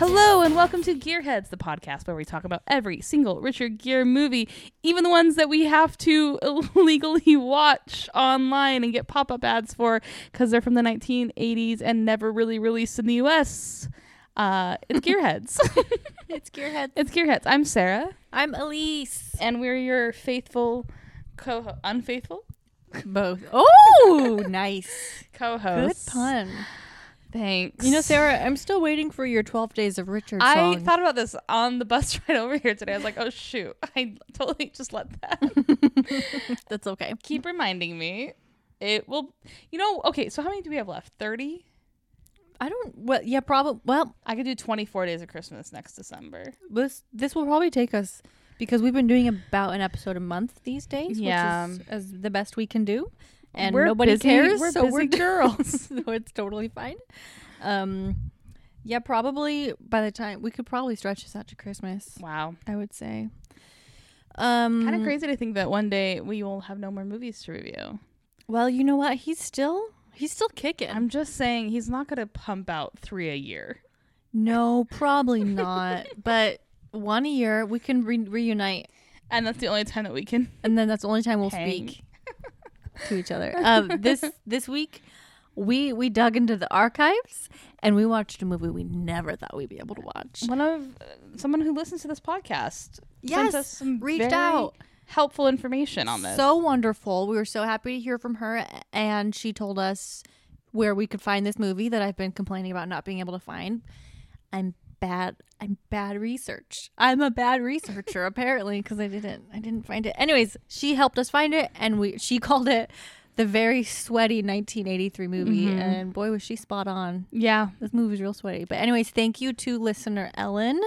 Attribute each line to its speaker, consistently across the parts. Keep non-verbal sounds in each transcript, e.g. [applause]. Speaker 1: Hello and welcome to Gearheads, the podcast where we talk about every single Richard Gere movie, even the ones that we have to [laughs] illegally watch online and get pop up ads for because they're from the 1980s and never really released in the US. Uh, [laughs] it's Gearheads.
Speaker 2: It's Gearhead.
Speaker 1: it's Gearheads. I'm Sarah,
Speaker 2: I'm Elise.
Speaker 1: and we're your faithful co unfaithful
Speaker 2: Both. Oh, nice.
Speaker 1: co
Speaker 2: Good
Speaker 1: host.
Speaker 2: pun.
Speaker 1: Thanks.
Speaker 2: You know, Sarah, I'm still waiting for your 12 Days of Richard
Speaker 1: I
Speaker 2: song.
Speaker 1: thought about this on the bus [laughs] ride over here today. I was like, oh, shoot. [laughs] I totally just let that.
Speaker 2: That's okay.
Speaker 1: keep reminding me. It will, you know. Okay, so how many do we have left? Thirty.
Speaker 2: I don't. Well, yeah, probably. Well,
Speaker 1: I could do twenty-four days of Christmas next December.
Speaker 2: this this will probably take us because we've been doing about an episode a month these days.
Speaker 1: Yeah.
Speaker 2: which is, as the best we can do, and
Speaker 1: We're
Speaker 2: nobody
Speaker 1: busy-
Speaker 2: cares.
Speaker 1: we're
Speaker 2: so
Speaker 1: busy [laughs]
Speaker 2: we're
Speaker 1: girls.
Speaker 2: [laughs] so it's totally fine. Um, yeah, probably by the time we could probably stretch this out to Christmas.
Speaker 1: Wow,
Speaker 2: I would say. Um,
Speaker 1: kind of crazy to think that one day we will have no more movies to review.
Speaker 2: Well, you know what? He's still he's still kicking.
Speaker 1: I'm just saying he's not going to pump out three a year.
Speaker 2: no, probably [laughs] not. but one a year, we can re- reunite,
Speaker 1: And that's the only time that we can
Speaker 2: and then that's the only time we'll
Speaker 1: hang.
Speaker 2: [laughs] speak to each other. Um, this this week, we we dug into the archives and we watched a movie we never thought we'd be able to watch.
Speaker 1: [laughs] One of uh, someone who listens to this podcast
Speaker 2: Yes,
Speaker 1: sent us some
Speaker 2: reached
Speaker 1: very
Speaker 2: out.
Speaker 1: helpful information on this.
Speaker 2: So wonderful. We were so happy to hear from her, and she told us where we could find this movie that I've been complaining about not being able to find. I'm bad. I'm bad research. I'm a bad researcher [laughs] apparently because I didn't. I didn't find it. Anyways, she helped us find it, and we she [laughs] called it the very sweaty 1983 movie, and boy was she spot on.
Speaker 1: yeah,
Speaker 2: This movie's real sweaty. But anyways, thank you to listener Ellen.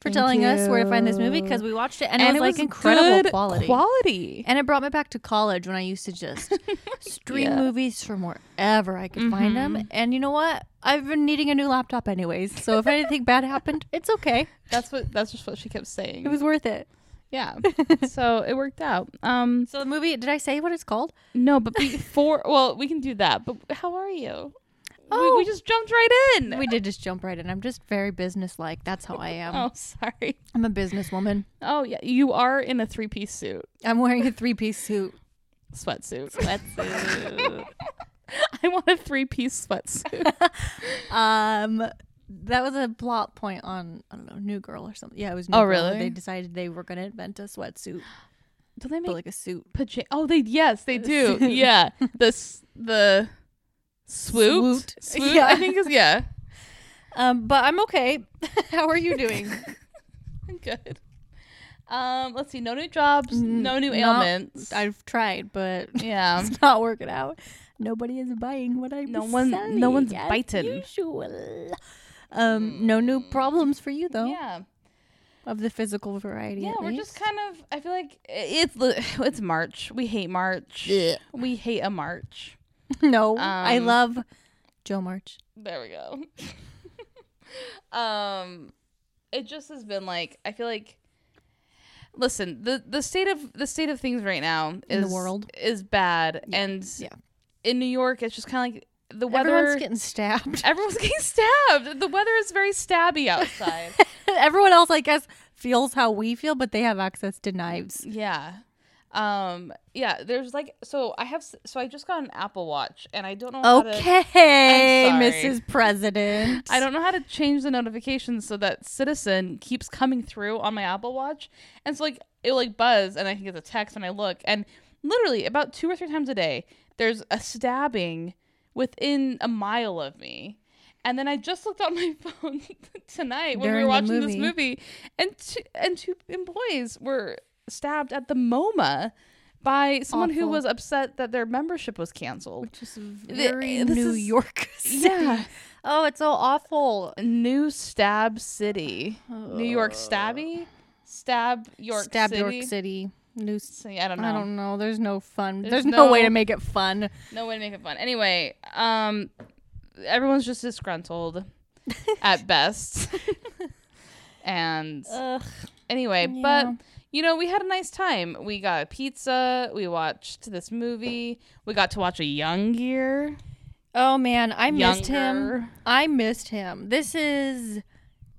Speaker 2: For
Speaker 1: Thank
Speaker 2: telling us where to find this movie
Speaker 1: you.
Speaker 2: because we watched it and, it was like incredible
Speaker 1: good
Speaker 2: quality.
Speaker 1: Quality.
Speaker 2: And it brought me back to college when I used
Speaker 1: [laughs]
Speaker 2: to just stream
Speaker 1: Yeah. Mm-hmm.
Speaker 2: movies from wherever I could find them. And you know what? I've been needing a new laptop anyways. So if anything
Speaker 1: [laughs]
Speaker 2: bad happened, it's okay.
Speaker 1: That's what. That's just what she kept saying.
Speaker 2: It was
Speaker 1: [laughs]
Speaker 2: worth it.
Speaker 1: Yeah. so it worked out. Um
Speaker 2: So the movie, did I say what it's called?
Speaker 1: no, but before [laughs] well, we can do that. But how are you? we,
Speaker 2: Oh.
Speaker 1: we just jumped right in.
Speaker 2: We did just jump right in. I'm just very businesslike. That's how I am.
Speaker 1: Oh, sorry.
Speaker 2: I'm a businesswoman.
Speaker 1: Oh, yeah. You are in a three-piece suit,
Speaker 2: I'm wearing a three piece suit.
Speaker 1: sweatsuit.
Speaker 2: Sweatsuit.
Speaker 1: [laughs] I want a three-piece
Speaker 2: [laughs]
Speaker 1: sweatsuit.
Speaker 2: um, that was a plot point on I don't know New Girl or something. Yeah, it was. New
Speaker 1: Oh,
Speaker 2: Girl.
Speaker 1: really?
Speaker 2: They decided they were gonna invent a sweatsuit,
Speaker 1: do they
Speaker 2: but
Speaker 1: make
Speaker 2: like a suit.
Speaker 1: pajamas? Oh, they yes, they do. [laughs]
Speaker 2: Suit.
Speaker 1: yeah. The s- the swoot.
Speaker 2: Swoot. [laughs] Yeah.
Speaker 1: I think is yeah. [laughs]
Speaker 2: Um, but I'm okay. [laughs] How are
Speaker 1: [laughs]
Speaker 2: you doing?
Speaker 1: Good. Um, let's see. No new jobs, no new
Speaker 2: not-
Speaker 1: ailments.
Speaker 2: I've tried, but [laughs]
Speaker 1: yeah.
Speaker 2: it's not working out. Nobody is buying what I'm
Speaker 1: Um, No one- no
Speaker 2: selling.
Speaker 1: one's
Speaker 2: as
Speaker 1: biting. Hmm.
Speaker 2: Usual. Um, no new problems for you though
Speaker 1: Yeah.
Speaker 2: of the physical variety.
Speaker 1: Yeah,
Speaker 2: at
Speaker 1: we're just
Speaker 2: [laughs] least.
Speaker 1: kind of. I feel like i- it's li- [sighs] it's March. We hate March.
Speaker 2: Yeah.
Speaker 1: We hate a March.
Speaker 2: no. I
Speaker 1: um,
Speaker 2: love Joe March.
Speaker 1: There we go. [laughs] um, it just has been like I feel like. Listen, the the state of the state of things right now is
Speaker 2: In the world.
Speaker 1: is bad, and
Speaker 2: yeah.
Speaker 1: in New York, it's just kind of like the weather.
Speaker 2: Everyone's getting stabbed.
Speaker 1: [laughs]
Speaker 2: [laughs]
Speaker 1: everyone's getting stabbed. The weather is very stabby
Speaker 2: [laughs]
Speaker 1: outside.
Speaker 2: Everyone else, I guess, feels how we feel, but they have access to knives.
Speaker 1: Yeah. Um yeah, there's like so I have s- so I just got an Apple Watch and I don't know how to
Speaker 2: Okay,
Speaker 1: I'm sorry.
Speaker 2: Mrs. President.
Speaker 1: I don't know how to change the notifications so that Citizen keeps coming through on my Apple Watch. And so like it'll like buzz and I can get a text and I look and literally about two or three times a day there's a stabbing within a mile of me. And then I just looked on my [laughs] phone tonight when we were
Speaker 2: During the
Speaker 1: watching this
Speaker 2: movie.
Speaker 1: movie and two, and two employees were stabbed at the MoMA by someone who
Speaker 2: Awful.
Speaker 1: was upset that their membership was
Speaker 2: [laughs]
Speaker 1: canceled.
Speaker 2: Which is very
Speaker 1: this
Speaker 2: New
Speaker 1: is-
Speaker 2: York.
Speaker 1: [laughs]
Speaker 2: City.
Speaker 1: Yeah.
Speaker 2: Oh, it's so awful.
Speaker 1: New Stab City. New York Stabby? Stab York
Speaker 2: Stab
Speaker 1: City.
Speaker 2: York City. New. s-
Speaker 1: City. I don't know.
Speaker 2: I don't know. There's no fun.
Speaker 1: There's
Speaker 2: There's, no, way
Speaker 1: no-
Speaker 2: to make it fun.
Speaker 1: No way to make it fun. Anyway, um everyone's just
Speaker 2: [laughs]
Speaker 1: disgruntled at best. and
Speaker 2: Ugh.
Speaker 1: anyway,
Speaker 2: yeah.
Speaker 1: but you know, we had a nice time. We got a pizza, we watched this movie, we got to watch a young gear.
Speaker 2: Oh man, I missed
Speaker 1: Younger.
Speaker 2: him. I missed him. This is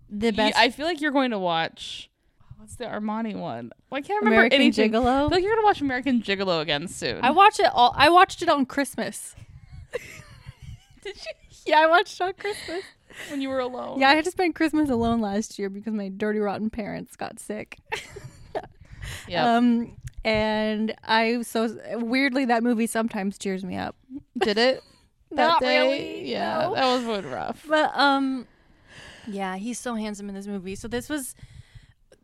Speaker 2: the
Speaker 1: You-
Speaker 2: best
Speaker 1: I feel like you're going to watch. What's the Armani one? Well, I can't remember
Speaker 2: American
Speaker 1: anything. I
Speaker 2: Gigolo.
Speaker 1: feel like you're gonna watch American Gigolo again soon.
Speaker 2: I watch it all. I watched it on Christmas.
Speaker 1: Did you
Speaker 2: [laughs] Yeah, I watched it on Christmas.
Speaker 1: when you were alone?
Speaker 2: Yeah, I had to spend Christmas alone last year because my dirty rotten parents got sick.
Speaker 1: Yep.
Speaker 2: Um, and I so weirdly that movie sometimes cheers me up.
Speaker 1: Did
Speaker 2: [laughs]
Speaker 1: it that
Speaker 2: Not
Speaker 1: day?
Speaker 2: really,
Speaker 1: Yeah,
Speaker 2: no.
Speaker 1: that was really rough.
Speaker 2: But um, yeah, he's so handsome in this movie. So this was.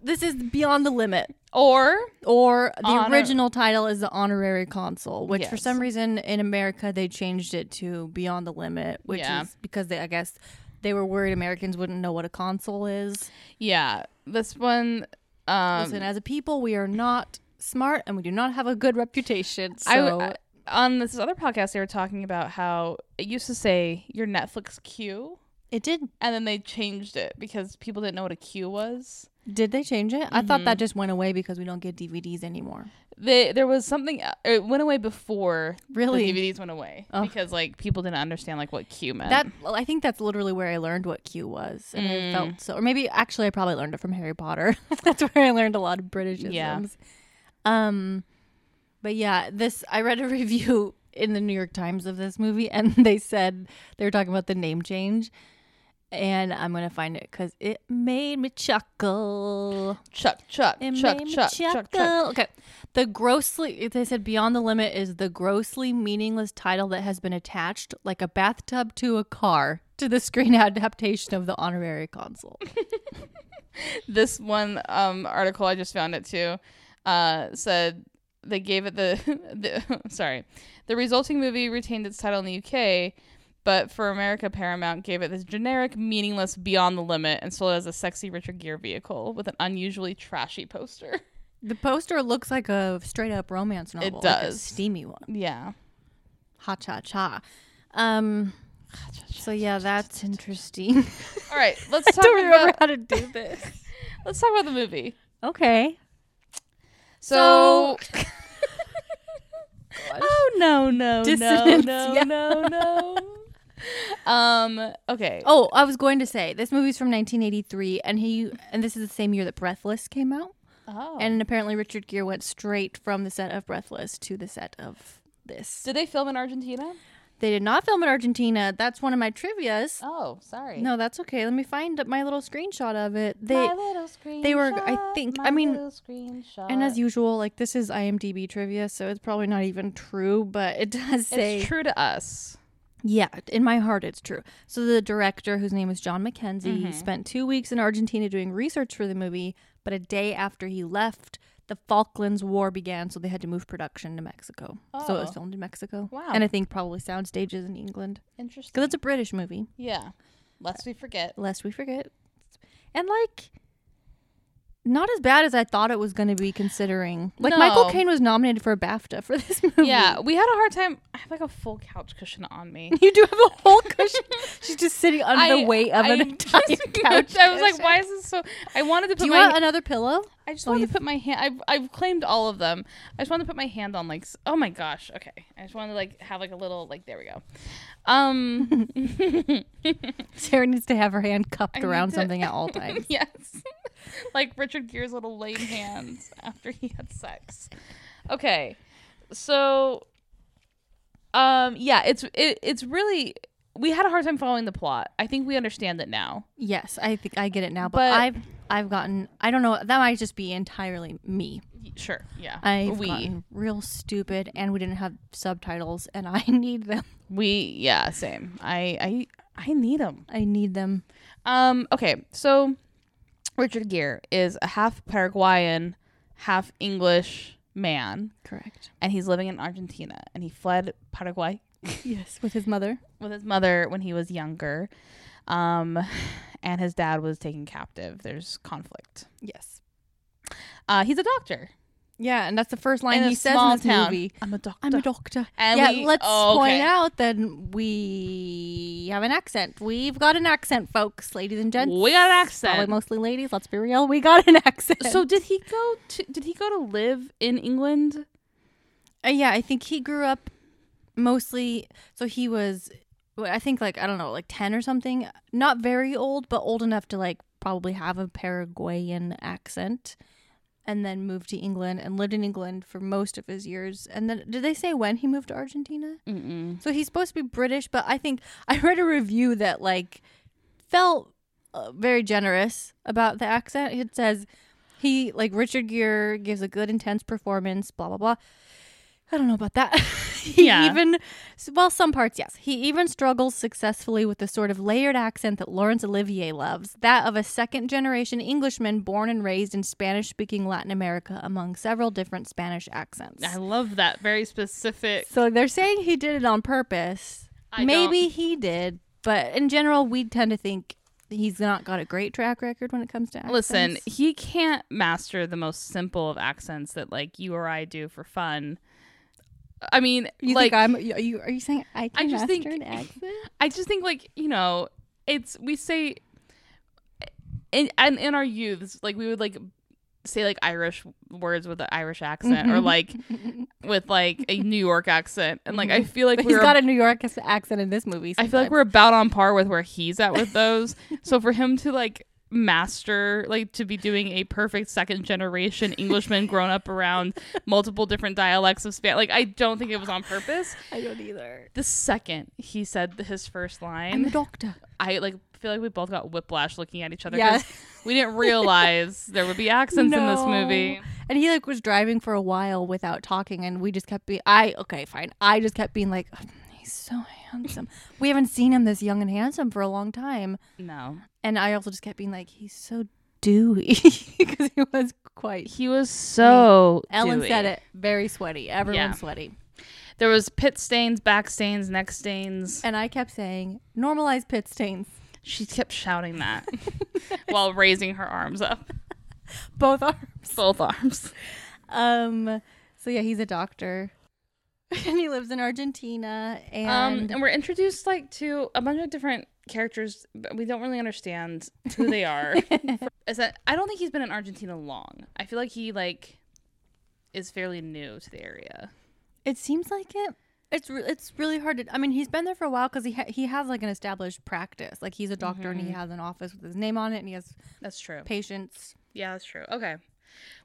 Speaker 2: This is beyond the limit,
Speaker 1: Or
Speaker 2: or the
Speaker 1: Honor-
Speaker 2: original title is the honorary consul, which for
Speaker 1: Yes.
Speaker 2: some reason in America they changed it to beyond the limit, which
Speaker 1: Yeah.
Speaker 2: is because they, I guess they were worried Americans wouldn't know what a consul is.
Speaker 1: yeah, this one. Um,
Speaker 2: Listen, as a people, we are not smart and we do not have a good reputation. So
Speaker 1: I w- I- on this other podcast they were talking about how it used to say your Netflix queue,
Speaker 2: it did.
Speaker 1: and then they changed it because people didn't know what a queue was.
Speaker 2: Did they change it? I thought that
Speaker 1: Mm-hmm.
Speaker 2: just went away because we don't get DVDs anymore.
Speaker 1: They, there was something uh, it went away before
Speaker 2: Really?
Speaker 1: the DVDs went away
Speaker 2: Oh.
Speaker 1: because like people didn't understand like what queue meant.
Speaker 2: That well, I think that's literally where I learned what Q was, and I felt so. Or maybe actually, I probably learned it from Harry Potter. [laughs] that's where I learned a lot of Britishisms.
Speaker 1: Yeah.
Speaker 2: Um, but yeah, this I read a [laughs] review in the New York Times of this movie, and [laughs] they said they were talking about the name change. And I'm gonna find it because it made me chuckle.
Speaker 1: chuck chuck
Speaker 2: It
Speaker 1: chuck
Speaker 2: made me
Speaker 1: chuck chuck chuck.
Speaker 2: chuckle. Okay. The grossly, they said Beyond the Limit is the grossly meaningless title that has been attached like a bathtub to a car to the screen [laughs] adaptation of the honorary consul.
Speaker 1: This one um article I just found it too uh said they gave it the, [laughs] the sorry the resulting movie retained its title in the UK. But for America, Paramount gave it this generic, meaningless Beyond the Limit and sold it as a sexy Richard Gere vehicle with an unusually trashy
Speaker 2: [laughs]
Speaker 1: poster.
Speaker 2: the poster looks like a straight up romance novel. like a
Speaker 1: does.
Speaker 2: steamy one.
Speaker 1: Yeah.
Speaker 2: Ha cha cha. Um, so yeah, that's interesting. [laughs]
Speaker 1: All right, let's
Speaker 2: I
Speaker 1: talk
Speaker 2: don't remember
Speaker 1: about
Speaker 2: how to do this.
Speaker 1: let's talk about the movie.
Speaker 2: [laughs] Okay.
Speaker 1: So, oh no no
Speaker 2: Dissonance, [laughs]
Speaker 1: no no
Speaker 2: yeah.
Speaker 1: no
Speaker 2: [laughs]
Speaker 1: no. um. Okay.
Speaker 2: Oh, I was going to say this movie's from 1983, and he and this is the same year that Breathless came out.
Speaker 1: Oh. And
Speaker 2: And apparently, Richard Gere went straight from the set of Breathless to the set of this.
Speaker 1: did they film in Argentina?
Speaker 2: They did not film in Argentina. That's one of my trivia's.
Speaker 1: Oh, sorry.
Speaker 2: No, that's okay. Let me find my little screenshot of it. They
Speaker 1: my little screen.
Speaker 2: they were- I think- I mean-
Speaker 1: Screenshot.
Speaker 2: and as usual, like this is IMDb trivia, so it's probably not even true, but it [laughs] does say
Speaker 1: it's true to us.
Speaker 2: Yeah, in my heart, it's true. So the director, whose name is John McKenzie,
Speaker 1: Mm-hmm.
Speaker 2: spent two weeks in Argentina doing research for the movie. But a day after he left, the Falklands War began, so they had to move production to Mexico. So it was
Speaker 1: Oh.
Speaker 2: filmed in Mexico.
Speaker 1: Wow.
Speaker 2: And I think probably sound stages in England
Speaker 1: Interesting.
Speaker 2: because it's a British movie.
Speaker 1: Yeah. Lest we forget.
Speaker 2: Lest we forget. And like. Not as bad as I thought it was going to be, considering. Like Michael
Speaker 1: No.
Speaker 2: Caine was nominated for a BAFTA for [laughs] this movie.
Speaker 1: Yeah, we had a hard time. I have like a full couch cushion on
Speaker 2: [laughs]
Speaker 1: me.
Speaker 2: You do have a whole cushion. She's just sitting under the
Speaker 1: I-
Speaker 2: weight of [laughs] an
Speaker 1: I [laughs]
Speaker 2: entire
Speaker 1: just-
Speaker 2: couch.
Speaker 1: I was
Speaker 2: cushion.
Speaker 1: like, why is this so? I wanted to put
Speaker 2: Do you
Speaker 1: my.
Speaker 2: want another pillow?
Speaker 1: I just
Speaker 2: Oh,
Speaker 1: wanted
Speaker 2: you-
Speaker 1: to put my hand. I've, I've claimed all of them. I just wanted to put my hand on like. s- Oh my gosh. Okay. I just wanted to like have like a little like. There we go.
Speaker 2: [laughs]
Speaker 1: Um.
Speaker 2: Sarah needs to have her hand cupped
Speaker 1: I need
Speaker 2: around
Speaker 1: to-
Speaker 2: something at all [laughs] times.
Speaker 1: [laughs] yes. like Richard Gere's little lame hands [laughs] after he had sex. Okay. So. Um. Yeah. It's it, It's really. We had a hard time following the plot. I think we understand it now.
Speaker 2: yes, I think I get it now. But,
Speaker 1: But-
Speaker 2: I've I've gotten I don't know that might just be entirely me.
Speaker 1: Y- Sure. Yeah.
Speaker 2: I've
Speaker 1: we
Speaker 2: gotten real stupid, and we didn't have subtitles, and I [laughs] need them.
Speaker 1: we yeah same. I I I need them.
Speaker 2: I need them.
Speaker 1: Um, okay, so Richard Gere is a half Paraguayan, half English man,
Speaker 2: Correct.
Speaker 1: and he's living in Argentina. And he fled Paraguay
Speaker 2: Yes, with his mother.
Speaker 1: with his mother when he was younger, um, and his dad was taken captive. There's conflict.
Speaker 2: Yes.
Speaker 1: Uh, he's a doctor
Speaker 2: Yeah, and that's the first line
Speaker 1: in
Speaker 2: he
Speaker 1: a
Speaker 2: says
Speaker 1: small
Speaker 2: in this
Speaker 1: town.
Speaker 2: movie.
Speaker 1: I'm a doctor.
Speaker 2: I'm a doctor.
Speaker 1: And
Speaker 2: yeah,
Speaker 1: we-
Speaker 2: let's
Speaker 1: oh, okay.
Speaker 2: point out that we have an accent. We've got an accent, folks, ladies and gents.
Speaker 1: we got an
Speaker 2: Probably
Speaker 1: accent.
Speaker 2: mostly ladies. Let's be real. We got an [laughs] accent.
Speaker 1: So did he go to? Did he go to live in England?
Speaker 2: Uh, yeah, I think he grew up mostly. So he was, well, I think, like I don't know, like ten or something. Not very old, but old enough to like probably have a Paraguayan accent, and then moved to England and lived in England for most of his years. And then, did they say when he moved to Argentina?
Speaker 1: Mm-mm.
Speaker 2: So he's supposed to be British, but I think I [laughs] read a review that like felt uh, very generous about the accent. It says he like Richard Gere gives a good intense performance, blah blah blah. I don't know about that. [laughs] he
Speaker 1: Yeah.
Speaker 2: even well some parts yes. He even struggles successfully with the sort of layered accent that Laurence Olivier loves, that of a second generation Englishman born and raised in Spanish speaking Latin America among several different Spanish accents.
Speaker 1: I love that very specific.
Speaker 2: So they're saying he did it on purpose.
Speaker 1: I
Speaker 2: Maybe he did, but in general, we tend to think he's not got a great track record when it comes to accents.
Speaker 1: Listen, he can't master the most simple of accents that like you or I do for fun. I mean,
Speaker 2: you
Speaker 1: like
Speaker 2: think I'm? Are you are you saying I can
Speaker 1: just
Speaker 2: master
Speaker 1: think- [laughs]
Speaker 2: an accent?
Speaker 1: I just think like you know, it's we say, in and in our youths, like we would like say like Irish words with an Irish accent
Speaker 2: Mm-hmm.
Speaker 1: or like with like a New York accent, and like I feel like
Speaker 2: Mm-hmm. But
Speaker 1: we're
Speaker 2: he's got a New York ac- accent in this movie.
Speaker 1: I feel like
Speaker 2: sometimes.
Speaker 1: we're about on par with where he's at with
Speaker 2: [laughs]
Speaker 1: those. so for him to like master like to be doing a perfect second generation Englishman grown up around multiple different dialects of Spanish, like I don't think it was on purpose.
Speaker 2: I don't either.
Speaker 1: The second he said th- his first
Speaker 2: I'm a
Speaker 1: line,
Speaker 2: doctor.
Speaker 1: I like feel like we both got whiplash looking at each other
Speaker 2: Yeah.
Speaker 1: because we
Speaker 2: [laughs]
Speaker 1: didn't realize there would be accents in this
Speaker 2: No.
Speaker 1: movie.
Speaker 2: And he like was driving for a while without talking, and we just kept being. I okay, fine. I just kept being like, "Oh, he's so handsome. [laughs] we haven't seen him this young and handsome for a long time.
Speaker 1: No,
Speaker 2: And I also just kept being like, he's so [laughs] dewy because he was quite.
Speaker 1: he was so.
Speaker 2: Ellen
Speaker 1: dewy.
Speaker 2: said it very sweaty. Everyone's
Speaker 1: Yeah.
Speaker 2: sweaty.
Speaker 1: There was pit stains, back stains, neck stains.
Speaker 2: And I kept saying, normalize pit stains. [laughs]
Speaker 1: She kept shouting that while raising her arms up,
Speaker 2: Both arms.
Speaker 1: both arms.
Speaker 2: Um. So yeah, he's a doctor, [laughs] and he lives in Argentina.
Speaker 1: Um,
Speaker 2: And
Speaker 1: and we're introduced like to a bunch of different characters, but we don't really understand who they
Speaker 2: [laughs]
Speaker 1: are. Is that I don't think he's been in Argentina long. I feel like he like is fairly new to the area.
Speaker 2: it seems like it. It's re- it's really hard to. I mean, he's been there for a while because he ha- he has like an established practice. Like he's a doctor and he has an office with his name on it, and he has
Speaker 1: That's true.
Speaker 2: patients.
Speaker 1: Yeah, that's true. Okay.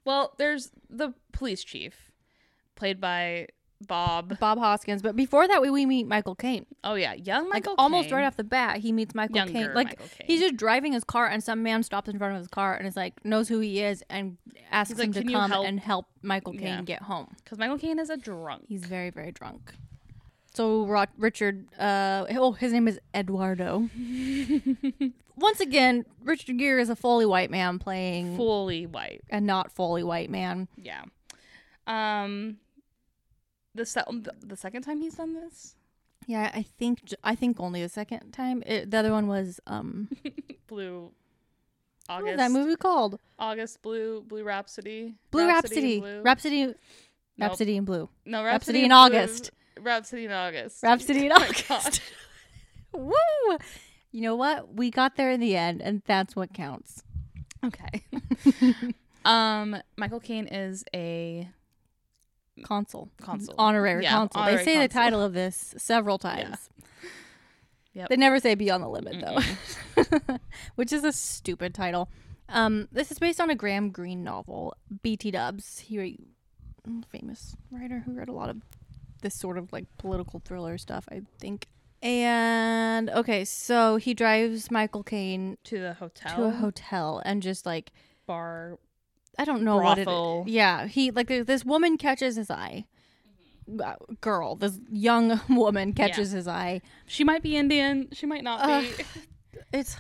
Speaker 1: Well, there's the police chief, played by Bob.
Speaker 2: Bob Hoskins. But before that, we, we meet Michael Caine.
Speaker 1: Oh yeah, young
Speaker 2: like
Speaker 1: Michael.
Speaker 2: almost
Speaker 1: Caine.
Speaker 2: right off the bat, he meets Michael
Speaker 1: Younger
Speaker 2: Caine. Like
Speaker 1: Michael Caine.
Speaker 2: he's just driving his car, and some man stops in front of his car and is like, knows who he is, and asks
Speaker 1: like,
Speaker 2: him to
Speaker 1: "Can you
Speaker 2: come
Speaker 1: help?"
Speaker 2: and help Michael Caine
Speaker 1: Yeah.
Speaker 2: get home.
Speaker 1: because Michael Caine is a drunk.
Speaker 2: He's very very drunk. So Ro- Richard, uh, oh, his name is
Speaker 1: [laughs]
Speaker 2: Eduardo. Once again, Richard Gere is a fully white man playing
Speaker 1: fully white.
Speaker 2: a not fully white man.
Speaker 1: Yeah. Um the se- the- the second time he's done this,
Speaker 2: Yeah, I think j- I think only the second time. It, the other one was um,
Speaker 1: Blue
Speaker 2: what
Speaker 1: August
Speaker 2: was that movie called?
Speaker 1: August Blue Blue Rhapsody.
Speaker 2: Blue
Speaker 1: in
Speaker 2: Rhapsody,
Speaker 1: Blue.
Speaker 2: Rhapsody,
Speaker 1: Nope.
Speaker 2: Rhapsody in Blue.
Speaker 1: no,
Speaker 2: Rhapsody
Speaker 1: Rhapsody
Speaker 2: in
Speaker 1: Blue-
Speaker 2: August.
Speaker 1: Rhapsody in August.
Speaker 2: Rhapsody
Speaker 1: [laughs]
Speaker 2: in
Speaker 1: Oh my
Speaker 2: August. [laughs]
Speaker 1: God.
Speaker 2: Woo! You know what? We got there in the end, and that's what counts.
Speaker 1: okay. um Michael Caine is a
Speaker 2: Consul,
Speaker 1: consul.
Speaker 2: honorary
Speaker 1: Yeah,
Speaker 2: consul.
Speaker 1: honorary
Speaker 2: they say the
Speaker 1: consul.
Speaker 2: title of this several times.
Speaker 1: Yep.
Speaker 2: They never say "Beyond the Limit" though, [laughs] which is a stupid title. Um, this is based on a Graham Greene novel, B.T. Dubs. He, mm, famous writer who wrote a lot of this sort of like political thriller stuff, I think. And okay, so he drives Michael Caine
Speaker 1: to the hotel
Speaker 2: to a hotel and just like
Speaker 1: bar.
Speaker 2: I don't know
Speaker 1: Brothel.
Speaker 2: what it is. Yeah, he like th- this woman catches his eye.
Speaker 1: Mm-hmm.
Speaker 2: Uh, Girl, this young [laughs] woman catches his eye.
Speaker 1: She might be Indian. She might not be.
Speaker 2: It's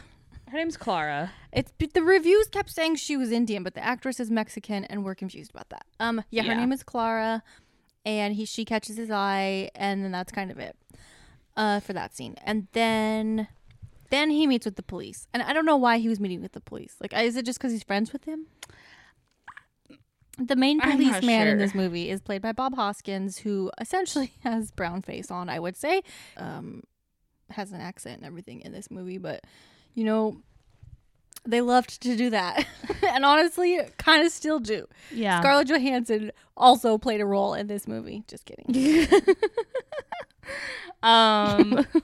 Speaker 1: Her name's Clara.
Speaker 2: it's but the reviews kept saying she was Indian, but the actress is Mexican, and we're confused about that. Um, yeah, her
Speaker 1: Yeah.
Speaker 2: name is Clara, and he she catches his eye, and then that's kind of it, uh, for that scene. And then, then he meets with the police, and I don't know why he was meeting with the police. Like, is it just because he's friends with him? The main
Speaker 1: I'm not
Speaker 2: policeman in
Speaker 1: sure.
Speaker 2: this movie is played by Bob Hoskins, who essentially [laughs] has brown face on. I would say, um, has an accent and everything in this movie, but you know, they loved to do that. [laughs] and honestly, kind of still do.
Speaker 1: Yeah.
Speaker 2: Scarlett Johansson also played a role in this movie. Just kidding.
Speaker 1: um [laughs]
Speaker 2: um, [laughs]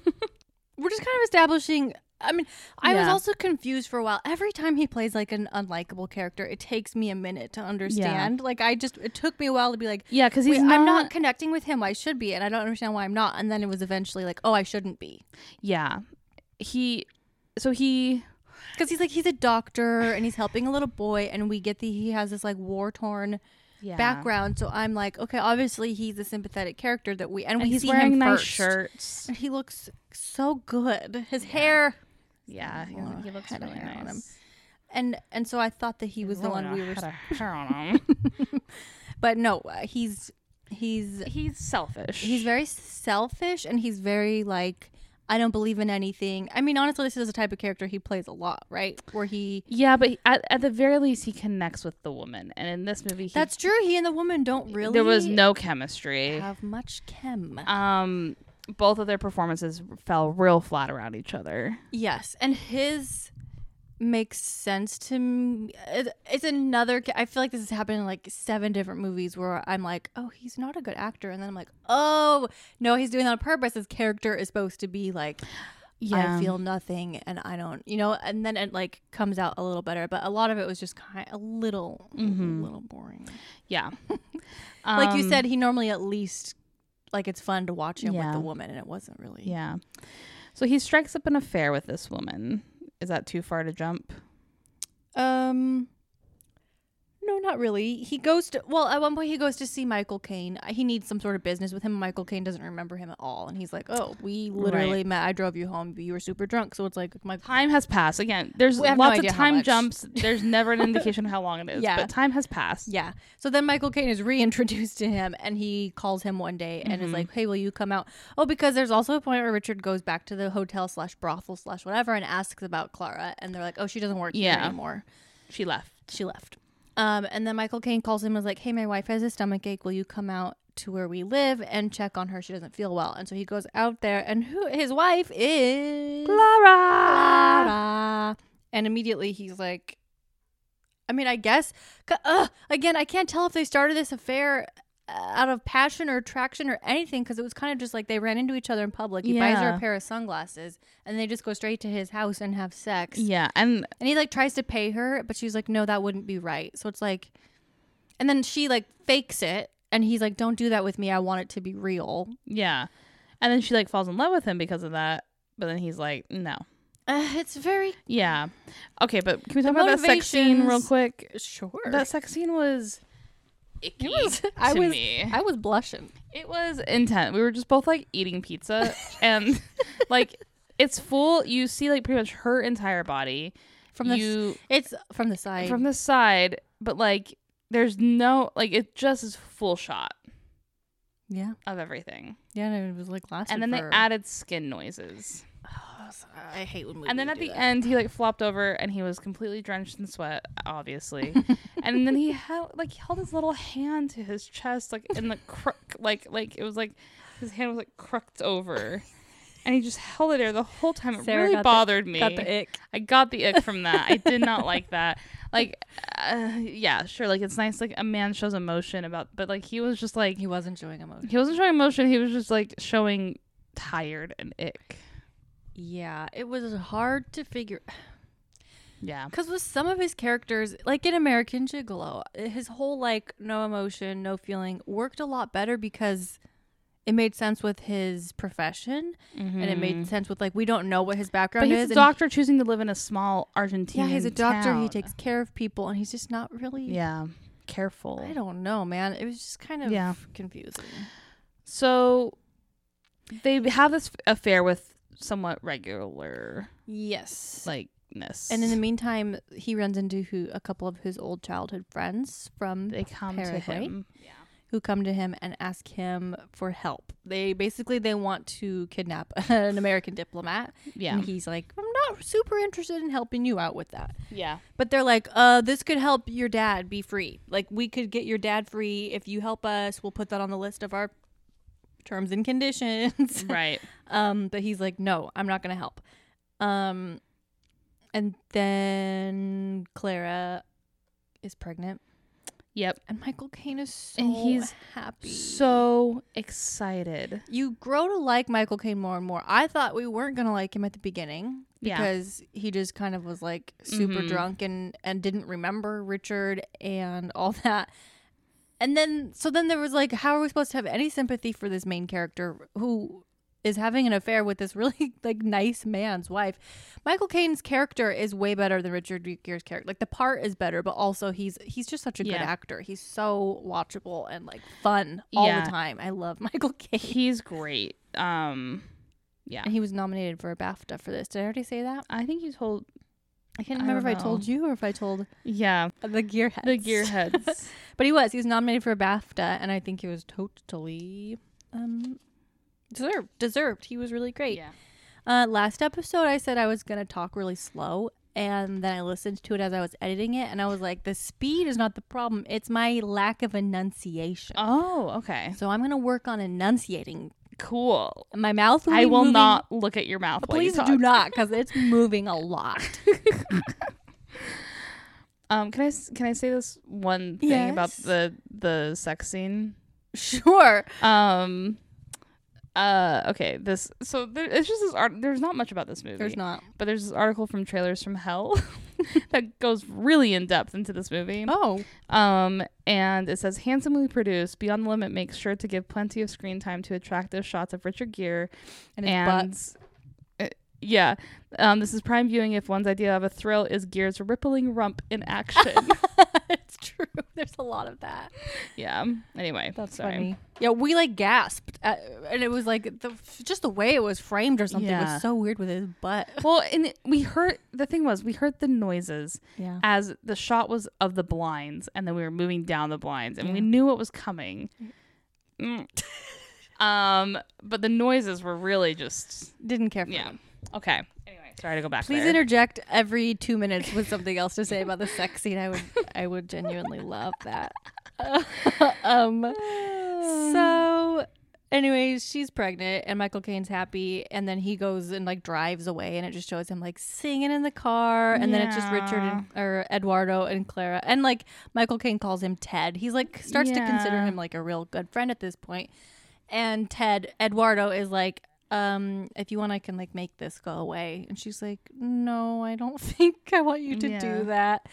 Speaker 2: We're just kind of establishing I mean, I was
Speaker 1: Yeah.
Speaker 2: also confused for a while. Every time he plays like an unlikable character, it takes me a minute to understand. Like I just it took me a while to be like,
Speaker 1: Yeah, because
Speaker 2: Wait,
Speaker 1: he's
Speaker 2: I'm not connecting with him. I should be, and I don't understand why I'm not. And then it was eventually like, oh, I shouldn't be,
Speaker 1: Yeah, he. So he.
Speaker 2: because he's like he's a doctor and he's helping a little boy, and we get the he has this like war torn
Speaker 1: Yeah.
Speaker 2: background. So I'm like, okay, obviously he's a sympathetic character that we
Speaker 1: And
Speaker 2: and, we
Speaker 1: he's
Speaker 2: see
Speaker 1: wearing
Speaker 2: him
Speaker 1: nice
Speaker 2: first.
Speaker 1: shirts.
Speaker 2: And he looks so good. His hair
Speaker 1: Yeah, he,
Speaker 2: Oh,
Speaker 1: he looks
Speaker 2: had a
Speaker 1: really
Speaker 2: hair on him.
Speaker 1: nice.
Speaker 2: and and so I thought that he was the
Speaker 1: Lord,
Speaker 2: one
Speaker 1: I
Speaker 2: [laughs] we were,
Speaker 1: had a hair on him.
Speaker 2: but no, uh, he's [laughs] he's
Speaker 1: he's selfish.
Speaker 2: he's very selfish and he's very like. I don't believe in anything. I mean, honestly, this is the type of character he plays a lot, right? Where he
Speaker 1: yeah, but he- at, at the very least, he connects with the woman, and in this movie, he,
Speaker 2: That's true. He and the woman don't really.
Speaker 1: there was no chemistry.
Speaker 2: have much chem.
Speaker 1: Um, both of their performances fell real flat around each other.
Speaker 2: yes, and his makes sense to me. It- It's another. ca- I feel like this has happened in like seven different movies where I'm like, oh, he's not a good actor, and then I'm like, oh, no, he's doing that on purpose. His character is supposed to be like, I feel nothing, and I don't, you know, and then it like comes out a little better. But a lot of it was just kind a little, a little boring.
Speaker 1: yeah.
Speaker 2: [laughs] like you
Speaker 1: Mm-hmm. Um,
Speaker 2: said, he normally at least. Like it's fun to watch him with
Speaker 1: Yeah.
Speaker 2: the woman, and it wasn't really.
Speaker 1: Yeah. So he strikes up an affair with this woman. Is that too far to jump?
Speaker 2: Um, no, not really. He goes to well at one point he goes to see Michael Caine. Uh, He needs some sort of business with him. Michael Caine doesn't remember him at all, and he's like, "Oh, we literally
Speaker 1: Right.
Speaker 2: met. I drove you home. You were super drunk, so it's like my
Speaker 1: Time has passed. Again, there's
Speaker 2: We have no
Speaker 1: lots
Speaker 2: idea
Speaker 1: of
Speaker 2: how
Speaker 1: time
Speaker 2: much.
Speaker 1: jumps. There's never [laughs] an indication of how long it is,
Speaker 2: Yeah.
Speaker 1: but time has passed.
Speaker 2: yeah." So then Michael Caine is [laughs] reintroduced to him, and he calls him one day and
Speaker 1: Mm-hmm.
Speaker 2: is like, "Hey, will you come out?" Oh, because there's also a point where Richard goes back to the hotel slash brothel slash whatever and asks about Clara, and they're like, "Oh, she doesn't work here
Speaker 1: Yeah.
Speaker 2: anymore."
Speaker 1: She left.
Speaker 2: she left. Um, and then Michael Caine calls him and was like, Hey, my wife has a stomach ache. Will you come out to where we live and check on her? She doesn't feel well. And so he goes out there, and who his wife is
Speaker 1: Clara.
Speaker 2: Clara. And immediately he's like, I mean, I guess, c- ugh, again, I can't tell if they started this affair uh, out of passion or attraction or anything because it was kind of just like they ran into each other in public. He buys her
Speaker 1: Yeah.
Speaker 2: a pair of sunglasses and they just go straight to his house and have sex.
Speaker 1: Yeah, and
Speaker 2: And he like tries to pay her, but she's like, no, that wouldn't be right. So it's like, and then she like fakes it, and he's like, don't do that with me. I want it to be real.
Speaker 1: yeah. And then she like falls in love with him because of that, but then he's like, "No."
Speaker 2: Uh, [sighs] it's very
Speaker 1: Yeah. Okay, but can we talk about that sex scene real
Speaker 2: motivations-
Speaker 1: quick?
Speaker 2: sure.
Speaker 1: That sex scene was icky [laughs]
Speaker 2: I
Speaker 1: to
Speaker 2: was
Speaker 1: me.
Speaker 2: I was [laughs] blushing.
Speaker 1: It was intense. We were just both like eating [laughs] pizza and like it's full. You see like pretty much her entire body
Speaker 2: From the s-
Speaker 1: you
Speaker 2: It's from the side.
Speaker 1: from the side, but like there's no like it just is full shot
Speaker 2: yeah,
Speaker 1: of everything.
Speaker 2: yeah. And it was like Oh, last.
Speaker 1: And then they added skin noises.
Speaker 2: I hate when
Speaker 1: And then at the end he like flopped over and he was completely drenched in sweat,
Speaker 2: [laughs]
Speaker 1: obviously. and then he had like he held his little hand to his chest like in the crook like like it was like his hand was like crooked over and he just held it there the whole time it
Speaker 2: Sarah
Speaker 1: really
Speaker 2: got the-
Speaker 1: bothered me
Speaker 2: got the ick.
Speaker 1: i got the ick from that i did not like that like uh, yeah sure like it's nice like a man shows emotion about but like he was just like
Speaker 2: He was enjoying emotion.
Speaker 1: he wasn't showing emotion he was just like showing tired and ick
Speaker 2: Yeah, it was hard to figure
Speaker 1: yeah
Speaker 2: Because with some of his characters, like in American Gigolo, his whole like no emotion, no feeling worked a lot better because it made sense with his profession and it made sense with like we don't know what his
Speaker 1: but
Speaker 2: background
Speaker 1: he's
Speaker 2: is.
Speaker 1: a
Speaker 2: and-
Speaker 1: doctor choosing to live in a small argentine
Speaker 2: yeah, he's a doctor. He
Speaker 1: town.
Speaker 2: takes care of people, and he's just not really.
Speaker 1: yeah careful
Speaker 2: I don't know, man. It was just kind of
Speaker 1: Yeah.
Speaker 2: confusing.
Speaker 1: so they have this affair with somewhat regular
Speaker 2: Yes.
Speaker 1: likeness
Speaker 2: and in the meantime, he runs into who a couple of his old childhood friends from
Speaker 1: they come to
Speaker 2: Paraguay.
Speaker 1: him
Speaker 2: who come to him and ask him for help. They basically they want to kidnap [laughs] an American diplomat.
Speaker 1: yeah
Speaker 2: And he's like, "I'm not super interested in helping you out with that."
Speaker 1: yeah
Speaker 2: But they're like, "Uh, this could help your dad be free. Like we could get your dad free if you help us. We'll put that on the list of our terms and conditions." [laughs]
Speaker 1: right
Speaker 2: Um, but he's like, no, I'm not gonna help. Um, and then Clara is pregnant,
Speaker 1: yep
Speaker 2: and Michael Caine is so
Speaker 1: And he's
Speaker 2: happy.
Speaker 1: so excited
Speaker 2: you grow to like Michael Caine more and more. I thought we weren't gonna like him at the beginning.
Speaker 1: Yeah.
Speaker 2: because he just kind of was like super
Speaker 1: Mhm.
Speaker 2: drunk and and didn't remember Richard and all [laughs] that. And then so then there was like how are we supposed to have any sympathy for this main character who is having an affair with this [laughs] really like nice man's wife. Michael Caine's character is way better than Richard Gere's character. Like the part is better, but also he's he's just such a good
Speaker 1: Yeah.
Speaker 2: actor. He's so watchable and like fun all
Speaker 1: Yeah.
Speaker 2: the time. I love [laughs] Michael Caine.
Speaker 1: He's great. Um, yeah.
Speaker 2: And he was nominated for a BAFTA for this. Did I already say that?
Speaker 1: I think you told.
Speaker 2: I can't
Speaker 1: I
Speaker 2: remember
Speaker 1: don't
Speaker 2: if I told you or if I told
Speaker 1: Yeah,
Speaker 2: the gearheads.
Speaker 1: the [laughs] gearheads.
Speaker 2: [laughs] but he was. He was nominated for a BAFTA, and I think he was totally um, deserved. Deserved. He was really great.
Speaker 1: yeah.
Speaker 2: Uh, last episode, I said I was gonna talk really slow, and then I listened to it as I was editing it, and I was like, the speed is not the problem. It's my lack of enunciation.
Speaker 1: Oh, okay.
Speaker 2: So I'm gonna work on enunciating.
Speaker 1: Cool.
Speaker 2: My mouth. Will
Speaker 1: I
Speaker 2: be
Speaker 1: will
Speaker 2: moving-
Speaker 1: not look at your mouth. while you
Speaker 2: Please
Speaker 1: talk.
Speaker 2: do not,
Speaker 1: [laughs]
Speaker 2: because it's moving a lot. [laughs]
Speaker 1: Um, can I s- can I say this one thing about
Speaker 2: Yes.
Speaker 1: the the sex scene?
Speaker 2: sure.
Speaker 1: Um, uh, okay. This so there, it's just this art. There's not much about this movie.
Speaker 2: There's not.
Speaker 1: but there's this article from Trailers from Hell [laughs] that goes really in depth into this movie.
Speaker 2: Oh.
Speaker 1: Um, and it says handsomely produced, Beyond the Limit makes sure to give plenty of screen time to attractive shots of Richard Gere
Speaker 2: And his
Speaker 1: and uh, yeah, um, this is prime viewing if one's idea of a thrill is Gere's rippling rump in action.
Speaker 2: [laughs] [laughs] it's true. There's a lot of that.
Speaker 1: yeah. Anyway, that's sorry.
Speaker 2: Yeah, we like gasped, at, and it was like the just the way it was framed or something
Speaker 1: Yeah.
Speaker 2: was so weird with his butt.
Speaker 1: Well, and it- we heard the thing was we heard the noises
Speaker 2: Yeah,
Speaker 1: as the shot was of the blinds, and then we were moving down the blinds, and we
Speaker 2: Yeah.
Speaker 1: knew what was coming. Mm. [laughs] um, but the noises were really just
Speaker 2: didn't care for
Speaker 1: yeah.
Speaker 2: him.
Speaker 1: Okay. Um, Anyway, sorry to go back.
Speaker 2: Please
Speaker 1: there.
Speaker 2: interject every two minutes with something else to say about the sex scene. I would, I would genuinely love that. [laughs] um, so, anyways, she's pregnant, and Michael Caine's happy, and then he goes and like drives away, and it just shows him like singing in the car, and then it's just Richard
Speaker 1: Yeah.
Speaker 2: and, or Eduardo and Clara, and like Michael Caine calls him Ted. He's like starts to consider
Speaker 1: Yeah.
Speaker 2: him like a real good friend at this point, and Ted Eduardo is like. Um, if you want, I can like make this go away. And she's like, No, I don't [laughs] think I want you to
Speaker 1: Yeah.
Speaker 2: do that.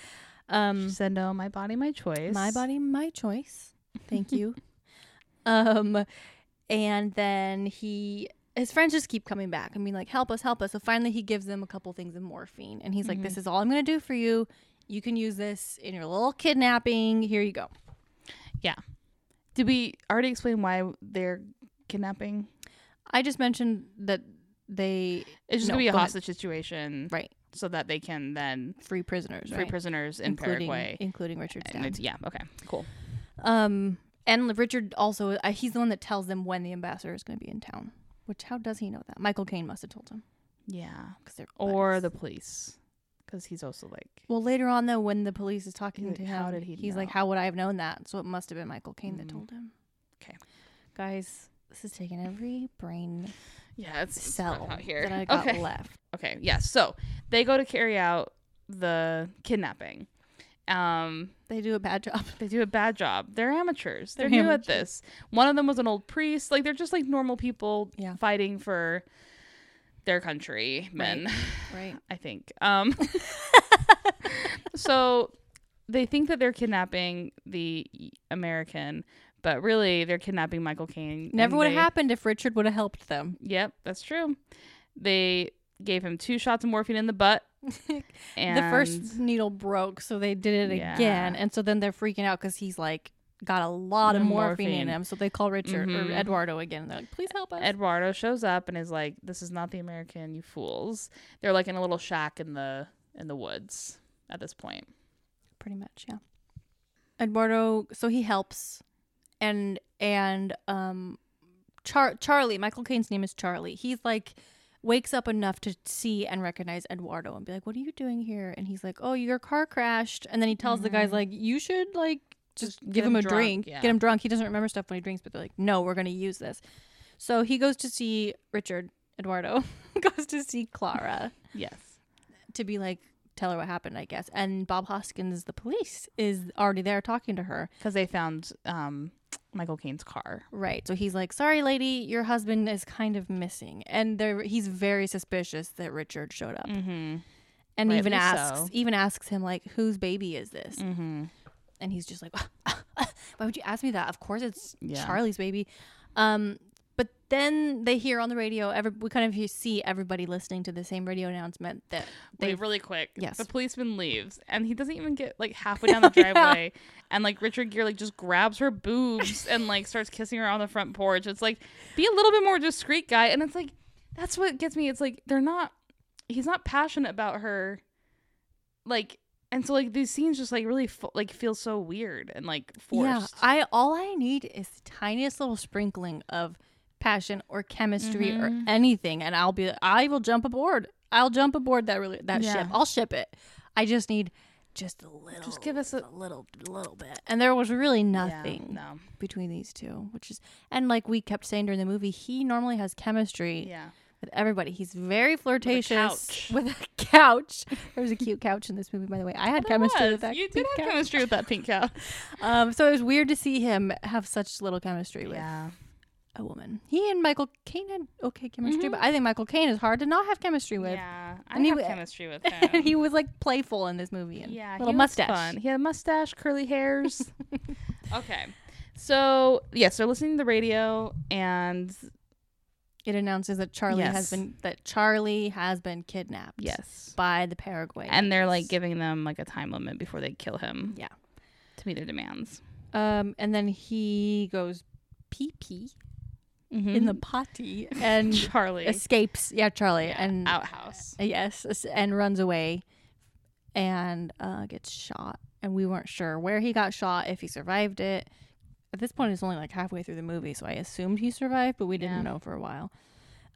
Speaker 2: Um,
Speaker 1: She said, "No, my body, my choice.
Speaker 2: my body, my choice. Thank you. [laughs] um, and then he, his friends just keep coming back. I mean, like, help us, help us. So finally, he gives them a couple things of morphine, and he's like, "This is all I'm gonna do for you. You can use this in your little kidnapping. Here you go."
Speaker 1: Did we already explain why they're kidnapping?
Speaker 2: I just mentioned that they
Speaker 1: It's just
Speaker 2: No,
Speaker 1: gonna be a
Speaker 2: go ahead.
Speaker 1: hostage situation,
Speaker 2: Right.
Speaker 1: So that they can then
Speaker 2: free prisoners,
Speaker 1: free
Speaker 2: right?
Speaker 1: prisoners in
Speaker 2: including,
Speaker 1: Paraguay.
Speaker 2: including Richard's
Speaker 1: And
Speaker 2: dad.
Speaker 1: it's, yeah. Okay. Cool.
Speaker 2: Um, and Richard also, uh, he's the one that tells them when the ambassador is going to be in town. Which how does he know that? Michael Caine must have told him
Speaker 1: Yeah.
Speaker 2: because they're
Speaker 1: Or
Speaker 2: buddies.
Speaker 1: the police, because he's also like.
Speaker 2: Well, later on though, when the police is talking
Speaker 1: like,
Speaker 2: to him,
Speaker 1: "How did he
Speaker 2: he's like,
Speaker 1: know?"
Speaker 2: "How would I have known that?" So it must have been Michael Caine that
Speaker 1: Mm.
Speaker 2: told him.
Speaker 1: 'Kay.
Speaker 2: guys, this is taking every brain
Speaker 1: Yeah, it's it's rough
Speaker 2: cell
Speaker 1: out here. [laughs]
Speaker 2: that I got
Speaker 1: okay.
Speaker 2: left.
Speaker 1: Okay. Yeah. So they go to carry out the kidnapping. Um,
Speaker 2: They do a
Speaker 1: [laughs]
Speaker 2: bad job.
Speaker 1: they do a bad job. They're amateurs. They're,
Speaker 2: They're
Speaker 1: new
Speaker 2: amateurs.
Speaker 1: at this. One of them was an old priest. Like they're just like normal people
Speaker 2: Yeah.
Speaker 1: fighting for their country, men.
Speaker 2: Right?
Speaker 1: I think. Um, [laughs] so they think that they're kidnapping the American, but really they're kidnapping Michael Caine. and
Speaker 2: Never would have
Speaker 1: they-
Speaker 2: happened if Richard would have helped them.
Speaker 1: Yep, that's true. They gave him two shots of morphine in the butt. and
Speaker 2: [laughs] the first needle broke, so they did it
Speaker 1: Yeah.
Speaker 2: again, and so then they're freaking out because he's like got a lot of
Speaker 1: Mm,
Speaker 2: morphine,
Speaker 1: morphine.
Speaker 2: in him. So they call Richard
Speaker 1: Mhm.
Speaker 2: or Eduardo again. and They're like, "Please help us."
Speaker 1: Eduardo shows up and is like, "This is not the American, you fools." They're like in a little shack in the in the woods at this point.
Speaker 2: pretty much yeah eduardo so he helps and and um Char- charlie michael caine's name is charlie he's like wakes up enough to see and recognize eduardo and be like what are you doing here and he's like oh your car crashed and then he tells the guys like you should like just,
Speaker 1: Mm-hmm. Just get
Speaker 2: give him,
Speaker 1: him
Speaker 2: a
Speaker 1: drunk,
Speaker 2: drink
Speaker 1: yeah.
Speaker 2: get him drunk he doesn't remember stuff when he drinks but they're like no we're gonna use this so he goes to see richard eduardo [laughs] goes to see clara
Speaker 1: Yes.
Speaker 2: to be like tell her what happened i guess and bob hoskins the police is already there talking to her
Speaker 1: Cuz they found um Michael Caine's car.
Speaker 2: Right. So he's like, "Sorry, lady, your husband is kind of missing," and there he's very suspicious that Richard showed up,
Speaker 1: Mm-hmm.
Speaker 2: and
Speaker 1: Rightly
Speaker 2: even asks
Speaker 1: so.
Speaker 2: even asks him like, "Whose baby is this?"
Speaker 1: Mm-hmm.
Speaker 2: And he's just like, [laughs] "Why would you ask me that? Of course it's
Speaker 1: Yeah.
Speaker 2: Charlie's baby." Um, but then they hear on the radio, every we kind of hear, see everybody listening to the same radio announcement that they
Speaker 1: Wait, really quick.
Speaker 2: Yes.
Speaker 1: The policeman leaves and he doesn't even get like halfway
Speaker 2: [laughs]
Speaker 1: down the
Speaker 2: yeah.
Speaker 1: driveway. And like Richard Gere like just grabs her boobs and like starts kissing her on the front porch. It's like, be a little bit more discreet, guy. And it's like, that's what gets me. It's like, they're not, he's not passionate about her. Like, and so like these scenes just like really fo- like feel so weird and like forced.
Speaker 2: Yeah, I all I need is the tiniest little sprinkling of passion or chemistry or
Speaker 1: Mm-hmm.
Speaker 2: anything, and I'll be I will jump aboard. I'll jump aboard that really that ship.
Speaker 1: Yeah.
Speaker 2: I'll ship it. I just need just a little.
Speaker 1: Just give us a-
Speaker 2: little little bit. And there was really
Speaker 1: Yeah,
Speaker 2: nothing
Speaker 1: no.
Speaker 2: between these two, which is and like we kept saying during the movie, he normally has chemistry
Speaker 1: Yeah.
Speaker 2: with everybody. He's very flirtatious
Speaker 1: couch.
Speaker 2: [laughs] with a couch. there was a cute couch in this movie, by the way. I had chemistry
Speaker 1: Yes,
Speaker 2: with that.
Speaker 1: you did
Speaker 2: cute
Speaker 1: have
Speaker 2: couch.
Speaker 1: chemistry with that pink cow.
Speaker 2: [laughs] Um, so it was weird to see him have such little chemistry with
Speaker 1: yeah.
Speaker 2: a woman. He and Michael Caine had okay chemistry, but I think Michael Caine is hard to not have chemistry with.
Speaker 1: Mm-hmm. Yeah. I
Speaker 2: And he
Speaker 1: have
Speaker 2: w-
Speaker 1: chemistry with him.
Speaker 2: [laughs] And he was like playful in this movie and
Speaker 1: Yeah,
Speaker 2: little
Speaker 1: he was
Speaker 2: mustache.
Speaker 1: fun. He had a mustache, curly [laughs] hairs. okay. So yes, they're listening to the radio and
Speaker 2: It announces that Charlie has
Speaker 1: Yes.
Speaker 2: been that Charlie has been kidnapped.
Speaker 1: yes.
Speaker 2: by the Paraguay.
Speaker 1: And they're like giving them like a time limit before they kill him.
Speaker 2: Yeah.
Speaker 1: To meet their demands.
Speaker 2: um, and then he goes pee pee
Speaker 1: Mm-hmm.
Speaker 2: in the potty and
Speaker 1: [laughs] [laughs] Charlie
Speaker 2: escapes. Yeah, Charlie and
Speaker 1: outhouse.
Speaker 2: Yes, s- and runs away and uh, gets shot. And we weren't sure where he got shot, if he survived it. At this point, it's only like halfway through the movie, so I assumed he survived, but we didn't
Speaker 1: Yeah.
Speaker 2: know for a while.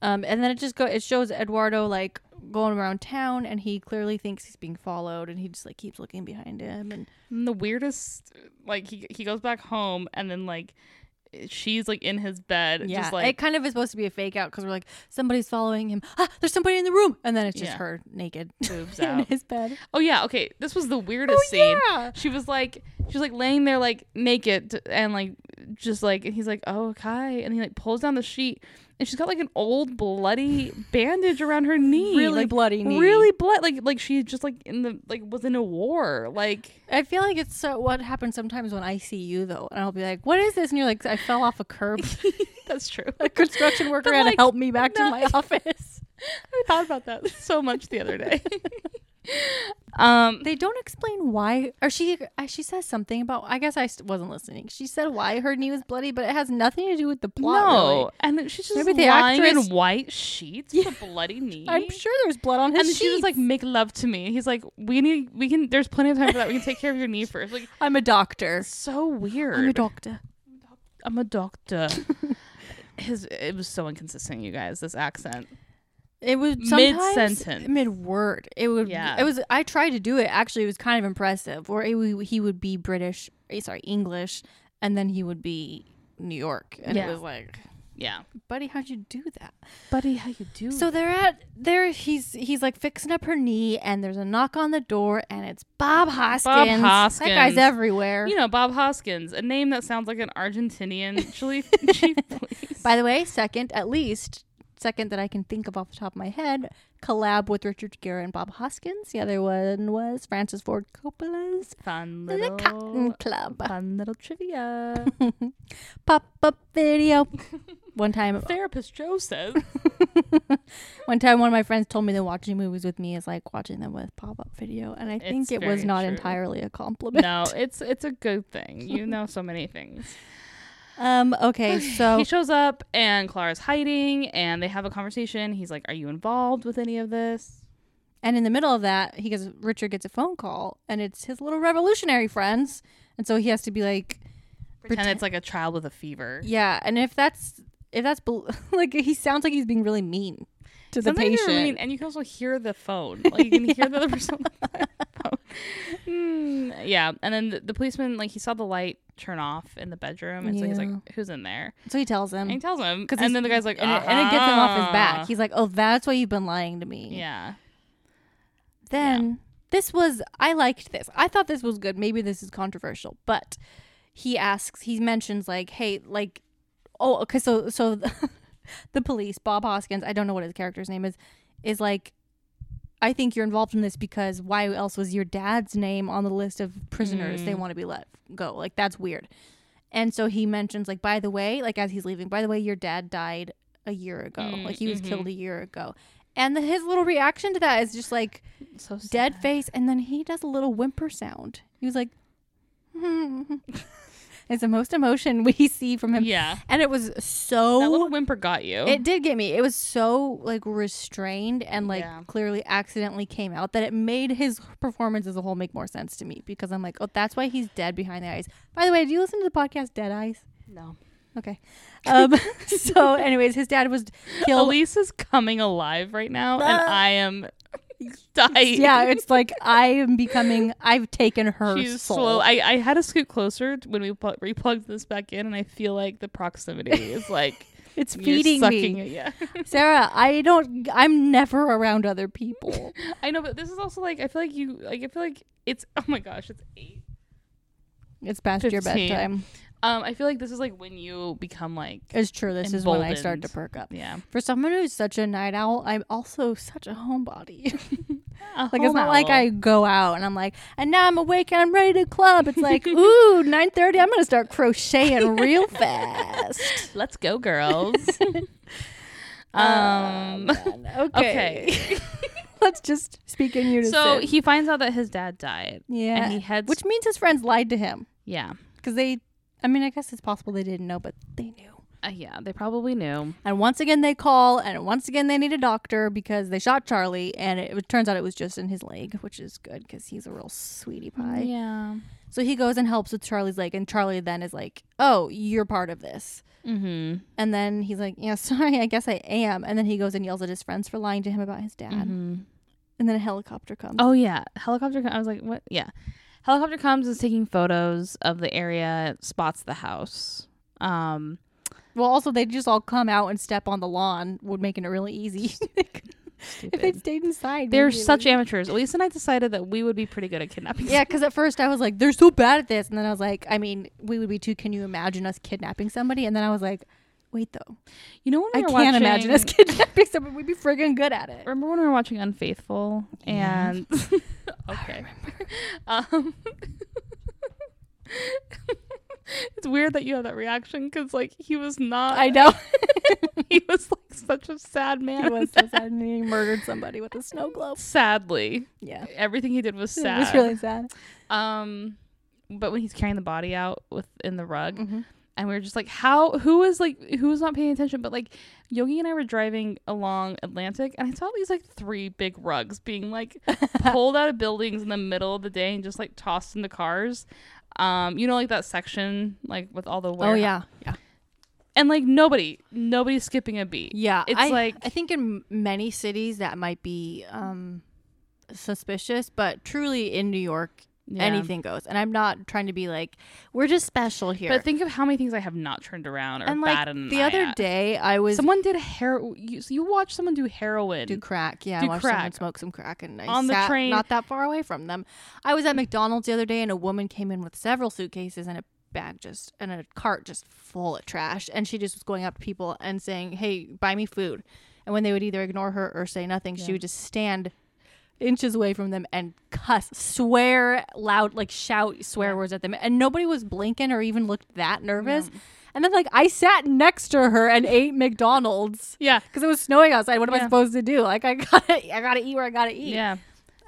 Speaker 2: Um, and then it just go it shows Eduardo like going around town, and he clearly thinks he's being followed, and he just like keeps looking behind him. And
Speaker 1: And the weirdest like he he goes back home and then like she's like in his bed
Speaker 2: yeah,
Speaker 1: just
Speaker 2: it
Speaker 1: like
Speaker 2: kind of is supposed to be a fake out because we're like somebody's following him. Ah, there's somebody in the room, and then it's just
Speaker 1: Yeah.
Speaker 2: her naked
Speaker 1: boobs
Speaker 2: [laughs] in
Speaker 1: out.
Speaker 2: his bed. Oh,
Speaker 1: Oh yeah, okay. This was the weirdest scene.
Speaker 2: Yeah.
Speaker 1: she was like she was like laying there like naked and like just like and he's like oh okay and he like pulls down the sheet and she's got like an old bloody bandage around her knee
Speaker 2: Really
Speaker 1: like,
Speaker 2: bloody knee.
Speaker 1: really blood like like she just like in the like was in a war like
Speaker 2: I feel like it's so what happens sometimes when I see you though, and I'll be like, "What is this?" And you're like, "I fell off
Speaker 1: [laughs]
Speaker 2: a curb. [laughs]
Speaker 1: that's true
Speaker 2: A construction worker
Speaker 1: But,
Speaker 2: had to
Speaker 1: like,
Speaker 2: help me back to
Speaker 1: no. [laughs]
Speaker 2: my office."
Speaker 1: i thought about that so much the other day um
Speaker 2: [laughs] They don't explain why, or she uh, she says something about. I guess I st- wasn't listening. She said why her knee was bloody, but it has nothing to do with the plot.
Speaker 1: no and then she's just
Speaker 2: Maybe the
Speaker 1: lying
Speaker 2: actress-
Speaker 1: in white sheets with a bloody knee
Speaker 2: really. I'm sure there's blood on his.
Speaker 1: and she was
Speaker 2: sheets.
Speaker 1: like, "Make love to me." He's like, "We need, we can. There's plenty of time for that. We can take care of your knee first. Like,
Speaker 2: "I'm a doctor.
Speaker 1: so weird.
Speaker 2: I'm a doctor."
Speaker 1: I'm a doctor. His it was so inconsistent, you guys. This accent.
Speaker 2: It was
Speaker 1: Mid-sentence.
Speaker 2: mid word. It would.
Speaker 1: Yeah.
Speaker 2: It was. I tried to do it. Actually, it was kind of impressive. Where it, would- he would be British, eh, sorry, English, and then he would be New York, and
Speaker 1: Yeah.
Speaker 2: it was like,
Speaker 1: Yeah,
Speaker 2: buddy, how'd you do that?
Speaker 1: buddy, how you do?
Speaker 2: So they're at there. He's he's like fixing up her knee, and there's a knock on the door, and it's Bob Hoskins.
Speaker 1: Hoskins.
Speaker 2: That guy's everywhere.
Speaker 1: you know, Bob Hoskins, a name that sounds like an Argentinian chief, chief police.
Speaker 2: By the way, second at least. Second that I can think of off the top of my head, collab with Richard Gere and Bob Hoskins. The other one was Francis Ford Coppola's
Speaker 1: [laughs] Fun
Speaker 2: The
Speaker 1: little,
Speaker 2: Cotton Club.
Speaker 1: fun little trivia.
Speaker 2: Pop up
Speaker 1: [laughs]
Speaker 2: video. one time,
Speaker 1: Therapist Joe says,
Speaker 2: one time, one of my friends told me that watching movies with me is like watching them with pop up video, and I think
Speaker 1: It's
Speaker 2: it was
Speaker 1: very
Speaker 2: not
Speaker 1: true.
Speaker 2: entirely a compliment.
Speaker 1: "No, it's it's a good thing. You know so many things."
Speaker 2: [laughs] Um.
Speaker 1: [laughs]
Speaker 2: Okay. So
Speaker 1: He shows up, and Clara's hiding, and they have a conversation. He's like, "Are you involved with any of this?"
Speaker 2: and in the middle of that, he gets Richard gets a phone call, and it's his little revolutionary friends, and so he has to be like,
Speaker 1: Pretend
Speaker 2: Pretend-
Speaker 1: it's like a child with a fever.
Speaker 2: yeah. And if that's if that's bel- [laughs] like he sounds like he's being really mean to the
Speaker 1: Sometimes you're
Speaker 2: patient.
Speaker 1: reading- and you can also hear the phone. Like you can hear the other [laughs] person on the phone. Mm, yeah, and then the, the policeman, like he saw the light turn off in the bedroom, and so he's
Speaker 2: Yeah.
Speaker 1: like, "Who's in there?"
Speaker 2: So he tells him,
Speaker 1: And he tells him,
Speaker 2: 'Cause he's-
Speaker 1: and then the guy's like,
Speaker 2: and, it, and it gets him off his
Speaker 1: "Ah."
Speaker 2: back. He's like, "Oh, that's why you've been lying to me."
Speaker 1: yeah,
Speaker 2: Then this was I liked this. I thought this was good. Maybe this is controversial, but he asks, he mentions like, hey, like, oh, okay, so so [laughs] the, the police, Bob Hoskins, I don't know what his character's name is, is like, I think you're involved in this because why else was your dad's name on the list of prisoners they want to be let go? Like that's weird. And so he mentions like, by the way, like as he's leaving, by the way, your dad died a year ago. like he was killed a year ago. And the, his little reaction to that is just like
Speaker 1: So sad.
Speaker 2: dead face, and then he does a little whimper sound. He was like, [laughs] hmm. it's the most emotion we [laughs] see from
Speaker 1: [laughs]
Speaker 2: him.
Speaker 1: Yeah.
Speaker 2: And it was
Speaker 1: That
Speaker 2: so.
Speaker 1: little whimper got you.
Speaker 2: It did get me. It was so like restrained and like
Speaker 1: Yeah.
Speaker 2: clearly accidentally came out that it made his performance as a whole make more sense to me because I'm like, oh, that's why he's dead behind the eyes. By the way, do you listen to the podcast Dead Eyes?
Speaker 1: no.
Speaker 2: Okay. Um, [laughs] so, anyways, his
Speaker 1: [laughs]
Speaker 2: dad was killed.
Speaker 1: Elise is coming alive right now, and
Speaker 2: Ah.
Speaker 1: I
Speaker 2: [laughs]
Speaker 1: am dying.
Speaker 2: yeah, it's like I am becoming. I've taken her
Speaker 1: She's
Speaker 2: soul.
Speaker 1: slow. I, I had to scoot closer t- when we pl- replugged this back in, and I feel like the proximity is like
Speaker 2: it's
Speaker 1: you're
Speaker 2: feeding
Speaker 1: sucking
Speaker 2: me.
Speaker 1: It. Yeah, [laughs]
Speaker 2: Sarah, I don't. I'm never around
Speaker 1: [laughs]
Speaker 2: other people.
Speaker 1: I know, but this is also like I feel like you like I feel like it's [laughs] oh my gosh, it's eight.
Speaker 2: It's past your
Speaker 1: 15.
Speaker 2: bedtime.
Speaker 1: Um, I feel like this is like when you become like
Speaker 2: It's true. This is when I start to
Speaker 1: Emboldened.
Speaker 2: perk up.
Speaker 1: yeah,
Speaker 2: For someone who's such a night owl, I'm also such a homebody. [laughs]
Speaker 1: a
Speaker 2: like it's not like
Speaker 1: homo.
Speaker 2: I go out and I'm like, and now I'm awake and I'm ready to club. It's like, [laughs] ooh, 9:30. I'm gonna start crocheting
Speaker 1: [laughs]
Speaker 2: real fast.
Speaker 1: Let's go,
Speaker 2: [laughs]
Speaker 1: girls.
Speaker 2: Oh,
Speaker 1: um.
Speaker 2: man. okay.
Speaker 1: Okay.
Speaker 2: [laughs] Let's just speak in unison.
Speaker 1: so he finds out that his dad died.
Speaker 2: yeah,
Speaker 1: And he heads.
Speaker 2: which means his friends lied to him
Speaker 1: yeah.
Speaker 2: because they. I mean, I guess it's possible they didn't know, but they knew.
Speaker 1: Uh, yeah, they probably knew.
Speaker 2: And once again, they call, and once again, they need a doctor because they shot Charlie, and it, was- turns out it was just in his leg, which is good because he's a real sweetie pie.
Speaker 1: Yeah.
Speaker 2: So he goes and helps with Charlie's leg, and Charlie then is like, "Oh, you're part of this."
Speaker 1: Mm-hmm.
Speaker 2: And then he's like, "Yeah, [laughs] sorry, I guess I am." And then he goes and yells at his friends for lying to him about his dad. And then a helicopter comes.
Speaker 1: Mm-hmm. Oh yeah, helicopter. Com- I was like, what? Yeah, helicopter comes is taking photos of the area, spots the house. Um,
Speaker 2: Well, also they just all come out and step on the lawn, would making it really easy. [laughs] if they
Speaker 1: stupid.
Speaker 2: stayed inside,
Speaker 1: They're
Speaker 2: maybe it
Speaker 1: such
Speaker 2: would-
Speaker 1: amateurs. Elise and I decided that we would be pretty good at kidnapping.
Speaker 2: Yeah, because at first I was like, they're so bad at this, and then I was like, I mean, we would be too. Can you imagine us kidnapping somebody? And then I was like, wait though,
Speaker 1: [laughs] you know when we
Speaker 2: I
Speaker 1: were
Speaker 2: can't
Speaker 1: watching,
Speaker 2: imagine us [laughs] kidnapping somebody. We'd be friggin' good at it.
Speaker 1: [laughs] Remember when we were watching Unfaithful
Speaker 2: Yeah. [laughs]
Speaker 1: and [laughs] okay, [laughs] um, it's weird that you have that reaction because like he was not.
Speaker 2: I know.
Speaker 1: [laughs]
Speaker 2: [laughs]
Speaker 1: he was like such a sad man.
Speaker 2: he was so sad, and he murdered somebody with a snow globe.
Speaker 1: Sadly,
Speaker 2: Yeah,
Speaker 1: everything he did was sad.
Speaker 2: it was really sad.
Speaker 1: Um, but when he's carrying the body out with in the rug,
Speaker 2: Mhm.
Speaker 1: and we were just like, how? Who is like? Who is not paying attention? But like, Yogi and I were driving along Atlantic, and I saw these like three big rugs being
Speaker 2: [laughs]
Speaker 1: like pulled out of buildings in the middle of the day and just like tossed into cars. Um, you know, like that section, like with all the
Speaker 2: Oh
Speaker 1: warehouse-
Speaker 2: yeah, yeah,
Speaker 1: and like nobody, nobody's skipping a beat.
Speaker 2: yeah.
Speaker 1: It's
Speaker 2: I,
Speaker 1: like-
Speaker 2: I think in many cities that might be um, suspicious, but truly in New York,
Speaker 1: Yeah.
Speaker 2: anything goes. And I'm not trying to be like we're just special here.
Speaker 1: But think of how many things I have not turned around or
Speaker 2: and like
Speaker 1: batted an
Speaker 2: the
Speaker 1: eye
Speaker 2: other
Speaker 1: at.
Speaker 2: day, I was
Speaker 1: someone did heroin. You, so you watch someone do heroin.
Speaker 2: do crack. Yeah,
Speaker 1: Do
Speaker 2: I watched someone
Speaker 1: crack.
Speaker 2: smoke some crack, and I
Speaker 1: On the
Speaker 2: sat
Speaker 1: train.
Speaker 2: not that far away from them. I was at McDonald's the other day, and a woman came in with several suitcases and a bag just and a cart just full of trash, and she just was going up to people and saying, "Hey, buy me food," and when they would either ignore her or say nothing, she would just stand inches away from them and cuss, swear loud, like shout swear words at them. And nobody was blinking or even looked that nervous. And then, like, I sat next to her and ate McDonald's
Speaker 1: yeah,
Speaker 2: because it was snowing outside. What am I
Speaker 1: Yeah.
Speaker 2: supposed to do? Like, I [laughs] gotta, I gotta eat where I gotta eat.
Speaker 1: Yeah.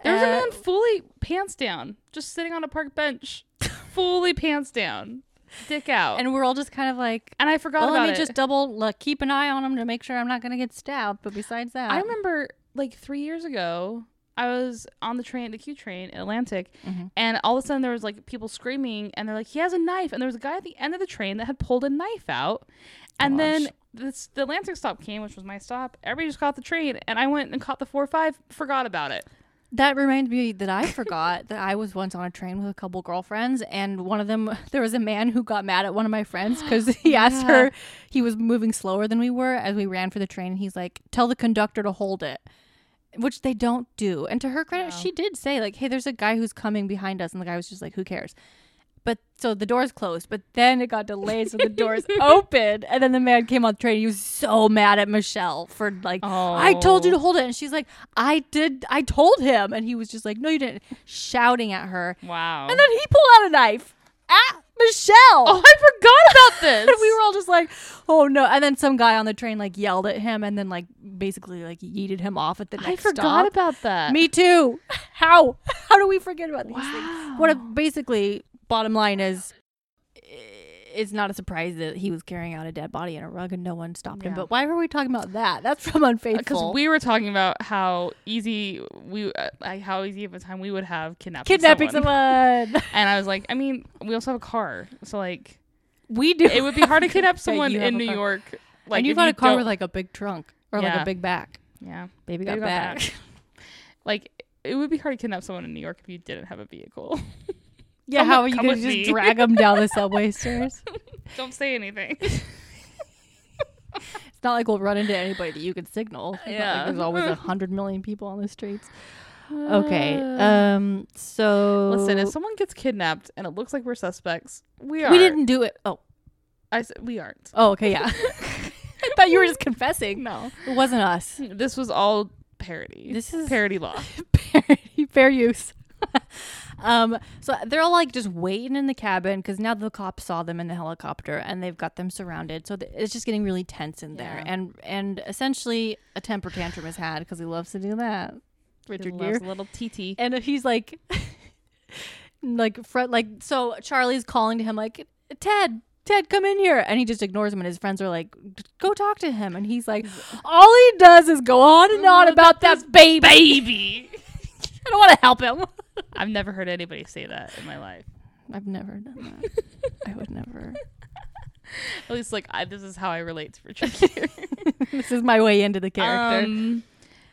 Speaker 1: There was a
Speaker 2: Uh,
Speaker 1: man fully pants down, just sitting on a park
Speaker 2: [laughs]
Speaker 1: bench, fully pants down, dick out. And,
Speaker 2: And we're all just kind of like,
Speaker 1: I forgot
Speaker 2: well,
Speaker 1: about
Speaker 2: let me
Speaker 1: it.
Speaker 2: just double, like, keep an eye on him to make sure I'm not gonna get stabbed. But besides that,
Speaker 1: I remember like three years ago, I was on the train, the Q train in Atlantic,
Speaker 2: Mm-hmm.
Speaker 1: and all of a sudden there was like people screaming, and they're like, "He has a knife!" And there was a guy at the end of the train that had pulled a knife out, and then this the Atlantic stop came, which was my stop. Everybody just caught the train, and I went and caught the four five, forgot about it.
Speaker 2: That reminds me that I forgot that I was once on a train with a couple girlfriends, and one of them, [laughs] there was a man who got mad at one of my friends because [gasps] he asked her, he was moving slower than we were as we ran for the train. And he's like, Tell the conductor to hold it, which they don't do. And to her credit, she did say, like, Hey, there's a guy who's coming behind us. And the guy was just like, Who cares? But so the doors closed, but then it got delayed, so the doors opened, and then the man came on the train. He was so mad at Michelle for like, I told you to
Speaker 1: Oh.
Speaker 2: hold it, and she's like, I did, I told him, and he was just like, No, you didn't, shouting at her,
Speaker 1: Wow.
Speaker 2: and then he pulled out a knife at Michelle.
Speaker 1: oh, I
Speaker 2: [laughs]
Speaker 1: forgot about this.
Speaker 2: And we were all just like, oh no. And then some guy on the train like yelled at him and then like basically like yeeted him off at the next
Speaker 1: I forgot
Speaker 2: stop.
Speaker 1: about that.
Speaker 2: Me too. How? How do we forget about these
Speaker 1: Wow.
Speaker 2: things? What a, basically bottom line is it's not a surprise that he was carrying out a dead body in a rug and no one stopped him.
Speaker 1: Yeah.
Speaker 2: But why were we talking about that? That's from Unfaithful.
Speaker 1: because we were talking about how easy we uh, like how easy of a time we would have kidnapping
Speaker 2: kidnapping
Speaker 1: someone.
Speaker 2: someone.
Speaker 1: [laughs] and I was like, I mean, we also have a car, so
Speaker 2: [laughs]
Speaker 1: like
Speaker 2: we do.
Speaker 1: it would be hard
Speaker 2: [laughs]
Speaker 1: to kidnap someone
Speaker 2: you have
Speaker 1: in
Speaker 2: a
Speaker 1: New
Speaker 2: car.
Speaker 1: York. Like
Speaker 2: and
Speaker 1: if
Speaker 2: you've got a car
Speaker 1: don't-
Speaker 2: with like a big trunk or like
Speaker 1: Yeah.
Speaker 2: a big back.
Speaker 1: yeah,
Speaker 2: Baby got,
Speaker 1: Baby got
Speaker 2: back. [laughs]
Speaker 1: back. like it would be hard to kidnap someone in New York if you didn't have a vehicle. [laughs]
Speaker 2: Yeah,
Speaker 1: Come
Speaker 2: how
Speaker 1: with-
Speaker 2: are you
Speaker 1: come
Speaker 2: gonna
Speaker 1: with
Speaker 2: just
Speaker 1: me.
Speaker 2: drag him down [laughs] the subway stairs?
Speaker 1: don't say anything.
Speaker 2: It's not like we'll run into anybody that you can signal. It's not like
Speaker 1: Yeah.
Speaker 2: there's always [laughs] a hundred million people on the streets. [laughs] Okay.
Speaker 1: Uh,
Speaker 2: Um. So
Speaker 1: [sighs] listen, if someone gets kidnapped and it looks like we're suspects, we are.
Speaker 2: we didn't do it. Oh.
Speaker 1: I said we aren't.
Speaker 2: Oh. Okay. Yeah. [laughs] I thought you were just
Speaker 1: [laughs]
Speaker 2: confessing.
Speaker 1: No,
Speaker 2: It wasn't us.
Speaker 1: this was all parody.
Speaker 2: This is
Speaker 1: parody
Speaker 2: [laughs]
Speaker 1: law.
Speaker 2: parody, [laughs] fair use. um, so they're all like just waiting in the cabin because now the cops saw them in the helicopter and they've got them surrounded. So th- it's just getting really tense in there,
Speaker 1: Yeah.
Speaker 2: and and essentially a temper tantrum is had because he loves to do that, Richard
Speaker 1: Loves
Speaker 2: Gere.
Speaker 1: a little TT.
Speaker 2: And he's like, [laughs] like Fred, like so Charlie's calling to him like Ted. Ted, come in here. And he just ignores him, and his friends are like, go talk to him. And he's like, all he does is go on and on about that baby.
Speaker 1: Oh, baby.
Speaker 2: [laughs] I don't want to help him.
Speaker 1: I've never heard anybody say that in my life.
Speaker 2: I've never done that. I would never.
Speaker 1: At least, like, I, this is how I relate to Richard [laughs] Gere.
Speaker 2: [laughs] This is my way into the character.
Speaker 1: Um,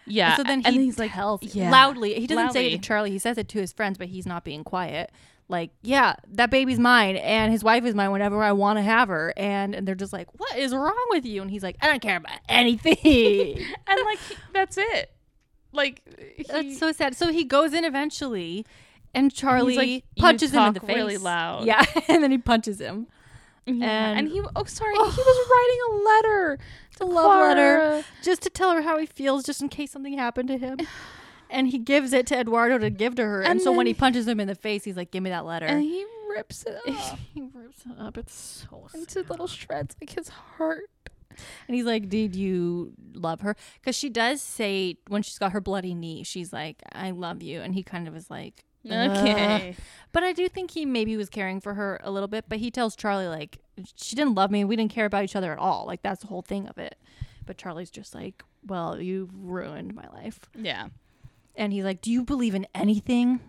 Speaker 1: yeah.
Speaker 2: so then
Speaker 1: and
Speaker 2: he
Speaker 1: he's like,
Speaker 2: tells
Speaker 1: yeah.
Speaker 2: loudly. He doesn't say it
Speaker 1: Loudly.
Speaker 2: to Charlie. He says it to his friends, but he's not being quiet. Like, yeah, that baby's mine, and his wife is mine whenever I want to have her. And and they're just like, what is wrong with you? And he's like, I don't care about
Speaker 1: [laughs]
Speaker 2: anything.
Speaker 1: and like, he- that's it. Like, he,
Speaker 2: That's so sad. So he goes in eventually, and Charlie
Speaker 1: like, "You
Speaker 2: punches him in the
Speaker 1: talk
Speaker 2: face
Speaker 1: really loud.
Speaker 2: Yeah, [laughs] and then he punches him.
Speaker 1: Yeah,
Speaker 2: and-
Speaker 1: and he, oh, sorry, he was writing a letter to
Speaker 2: a love letter
Speaker 1: Clara.
Speaker 2: just to tell her how he feels just in case something happened to him [sighs] and he gives it to eduardo to give to her and,
Speaker 1: And
Speaker 2: so when
Speaker 1: then-
Speaker 2: he punches him in the face he's like give me that letter
Speaker 1: And he rips [laughs] it [sighs] up
Speaker 2: he [laughs] rips it up it's so sad.
Speaker 1: into little shreds, like his heart.
Speaker 2: and he's like did you love her because she does say when she's got her bloody knee she's like i love you and he kind of is like "Ugh."
Speaker 1: Okay.
Speaker 2: But I do think he maybe was caring for her a little bit, but he tells Charlie like she didn't love me, we didn't care about each other at all. Like that's the whole thing of it. But Charlie's just like, "Well, you've ruined my life."
Speaker 1: yeah.
Speaker 2: And he's like, "Do you believe in anything?"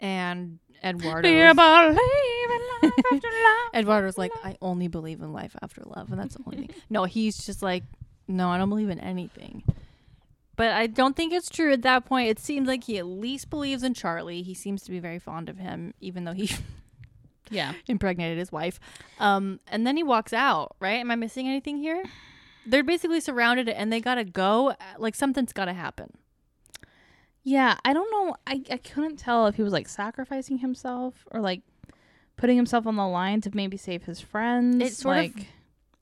Speaker 2: And
Speaker 1: Be
Speaker 2: Eduardo
Speaker 1: a believer, life after life.
Speaker 2: Eduardo's like, "I only believe in life after love, and that's the only thing." No, he's just like, "No, I don't believe in anything." But I don't think it's true at that point. It seems like he at least believes in Charlie. He seems to be very fond of him, even though he
Speaker 1: [laughs]
Speaker 2: [laughs]
Speaker 1: Yeah.
Speaker 2: impregnated his wife. Um, and then he walks out, right? Am I missing anything here? They're basically surrounded and they gotta go. Like something's gotta happen.
Speaker 1: Yeah, I don't know. I, I couldn't tell if he was like sacrificing himself or like putting himself on the line to maybe save his friends.
Speaker 2: It sort of-
Speaker 1: like,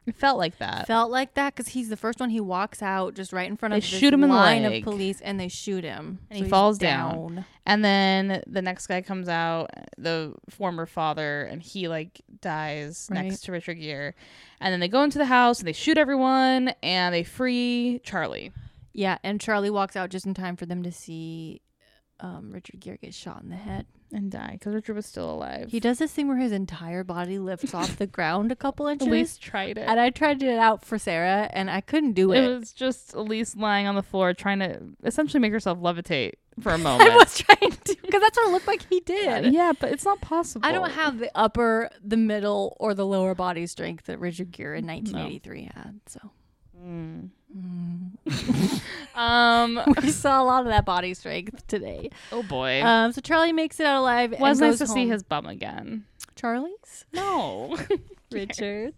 Speaker 1: it felt like that.
Speaker 2: Felt like that because he's the first one. He walks out just right in front
Speaker 1: They
Speaker 2: of this
Speaker 1: shoot him in the
Speaker 2: line
Speaker 1: leg.
Speaker 2: of police and they shoot him.
Speaker 1: And he
Speaker 2: he's
Speaker 1: falls down. and then the next guy comes out, the former father, and he like dies
Speaker 2: Right.
Speaker 1: next to Richard Gere. And then they go into the house and they shoot everyone and they free Charlie.
Speaker 2: Yeah, and Charlie walks out just in time for them to see um, Richard Gere get shot in the head.
Speaker 1: And die because Richard was still alive.
Speaker 2: He does this thing where his entire body lifts off the ground a
Speaker 1: [laughs]
Speaker 2: couple inches.
Speaker 1: Elise tried it.
Speaker 2: and I tried it out for Sarah and I couldn't do
Speaker 1: It
Speaker 2: it.
Speaker 1: was just Elise lying on the floor trying to essentially make herself levitate [laughs] for a moment.
Speaker 2: [laughs] I was trying to because that's what it looked like he did.
Speaker 1: [laughs] Yeah, but it's not possible.
Speaker 2: I don't have the upper, the middle, or the lower body strength that Richard Gere in 1983 had. So [laughs]
Speaker 1: Um.
Speaker 2: we saw a lot of that body strength today.
Speaker 1: [laughs] oh boy.
Speaker 2: Um, so Charlie makes it out alive.
Speaker 1: was
Speaker 2: and
Speaker 1: nice to
Speaker 2: goes
Speaker 1: see
Speaker 2: home.
Speaker 1: his bum again.
Speaker 2: [laughs] Charlie's
Speaker 1: [laughs] No.
Speaker 2: Richard.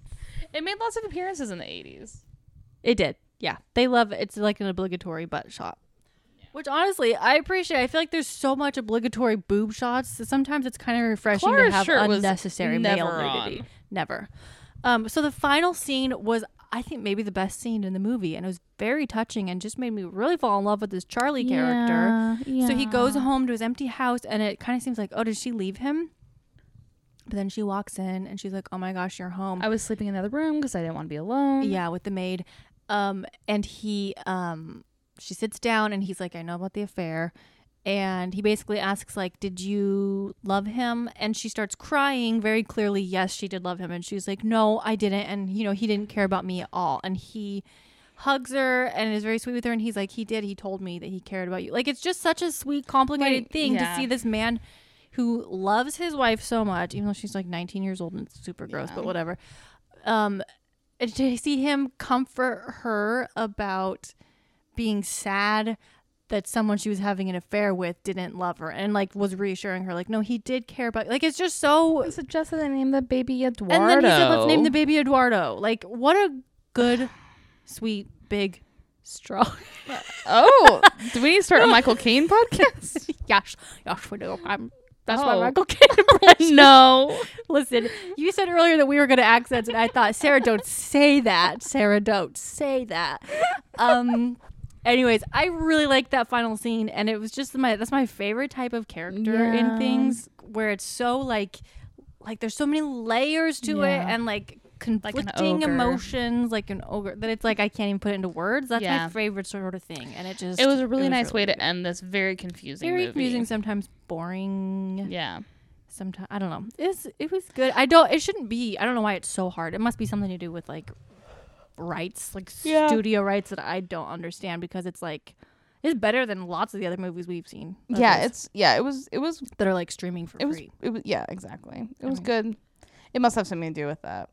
Speaker 1: it made lots of appearances in the eighties.
Speaker 2: It did. Yeah, they love it. It's like an obligatory butt shot. Which honestly, I appreciate. I feel like there's so much obligatory boob shots that sometimes it's kind of refreshing to
Speaker 1: Clara's
Speaker 2: have
Speaker 1: shirt was
Speaker 2: unnecessary male
Speaker 1: never
Speaker 2: nudity.
Speaker 1: on.
Speaker 2: Never. Um, so the final scene was, I think, maybe the best scene in the movie, and it was very touching and just made me really fall in love with this Charlie character. So he goes home to his empty house, and it kind of seems like, oh, did she leave him? But then she walks in, and she's like, oh my gosh, you're home.
Speaker 1: I was sleeping in the other room because I didn't want to be alone.
Speaker 2: Yeah, with the maid. Um, and he, um, she sits down and he's like, I know about the affair. And he basically asks, like, did you love him? And she starts crying very clearly, yes, she did love him. And she's like, no, I didn't. And, you know, he didn't care about me at all. And he hugs her and is very sweet with her. And he's like, he did. He told me that he cared about you. Like, it's just such a sweet, complicated
Speaker 1: Wait,
Speaker 2: thing to
Speaker 1: yeah.
Speaker 2: see this man who loves his wife so much, even though she's like 19 years old and it's super gross, but whatever. Um, and to see him comfort her about being sad that someone she was having an affair with didn't love her and like was reassuring her like no he did care about like it's just so
Speaker 1: I suggested I name the baby Eduardo.
Speaker 2: and then he said let's name the baby eduardo like what a good sweet big straw [laughs]
Speaker 1: Oh, do we need to start a Michael Caine podcast?
Speaker 2: yes yes we do i'm that's my
Speaker 1: Oh.
Speaker 2: michael Caine [laughs]
Speaker 1: [laughs]
Speaker 2: impression
Speaker 1: no.
Speaker 2: Listen, you said earlier that we were going to accents, and I thought, Sarah, don't say that. Sarah, don't say that. Um. Anyways, I really liked that final scene, and it was just my that's my favorite type of character in
Speaker 1: Yeah.
Speaker 2: things where it's so like like there's so many layers to it,
Speaker 1: Yeah.
Speaker 2: and like
Speaker 1: an
Speaker 2: conflicting
Speaker 1: ogre.
Speaker 2: emotions, like an ogre that it's like I can't even put it into words. That's my
Speaker 1: Yeah.
Speaker 2: favorite sort of thing, and it just
Speaker 1: It was a really nice way
Speaker 2: good.
Speaker 1: to end this very confusing
Speaker 2: very
Speaker 1: movie.
Speaker 2: confusing, sometimes boring
Speaker 1: Yeah.
Speaker 2: sometimes I don't know. It's it was good. I don't. It shouldn't be. I don't know why it's so hard. It must be something to do with like rights, like
Speaker 1: Yeah.
Speaker 2: studio rights that I don't understand because it's like it's better than lots of the other movies we've seen. of
Speaker 1: Yeah,
Speaker 2: his
Speaker 1: it's yeah, it was it was
Speaker 2: that are like streaming for
Speaker 1: it was
Speaker 2: free.
Speaker 1: it was yeah, exactly. It was good. It must have something to do with that.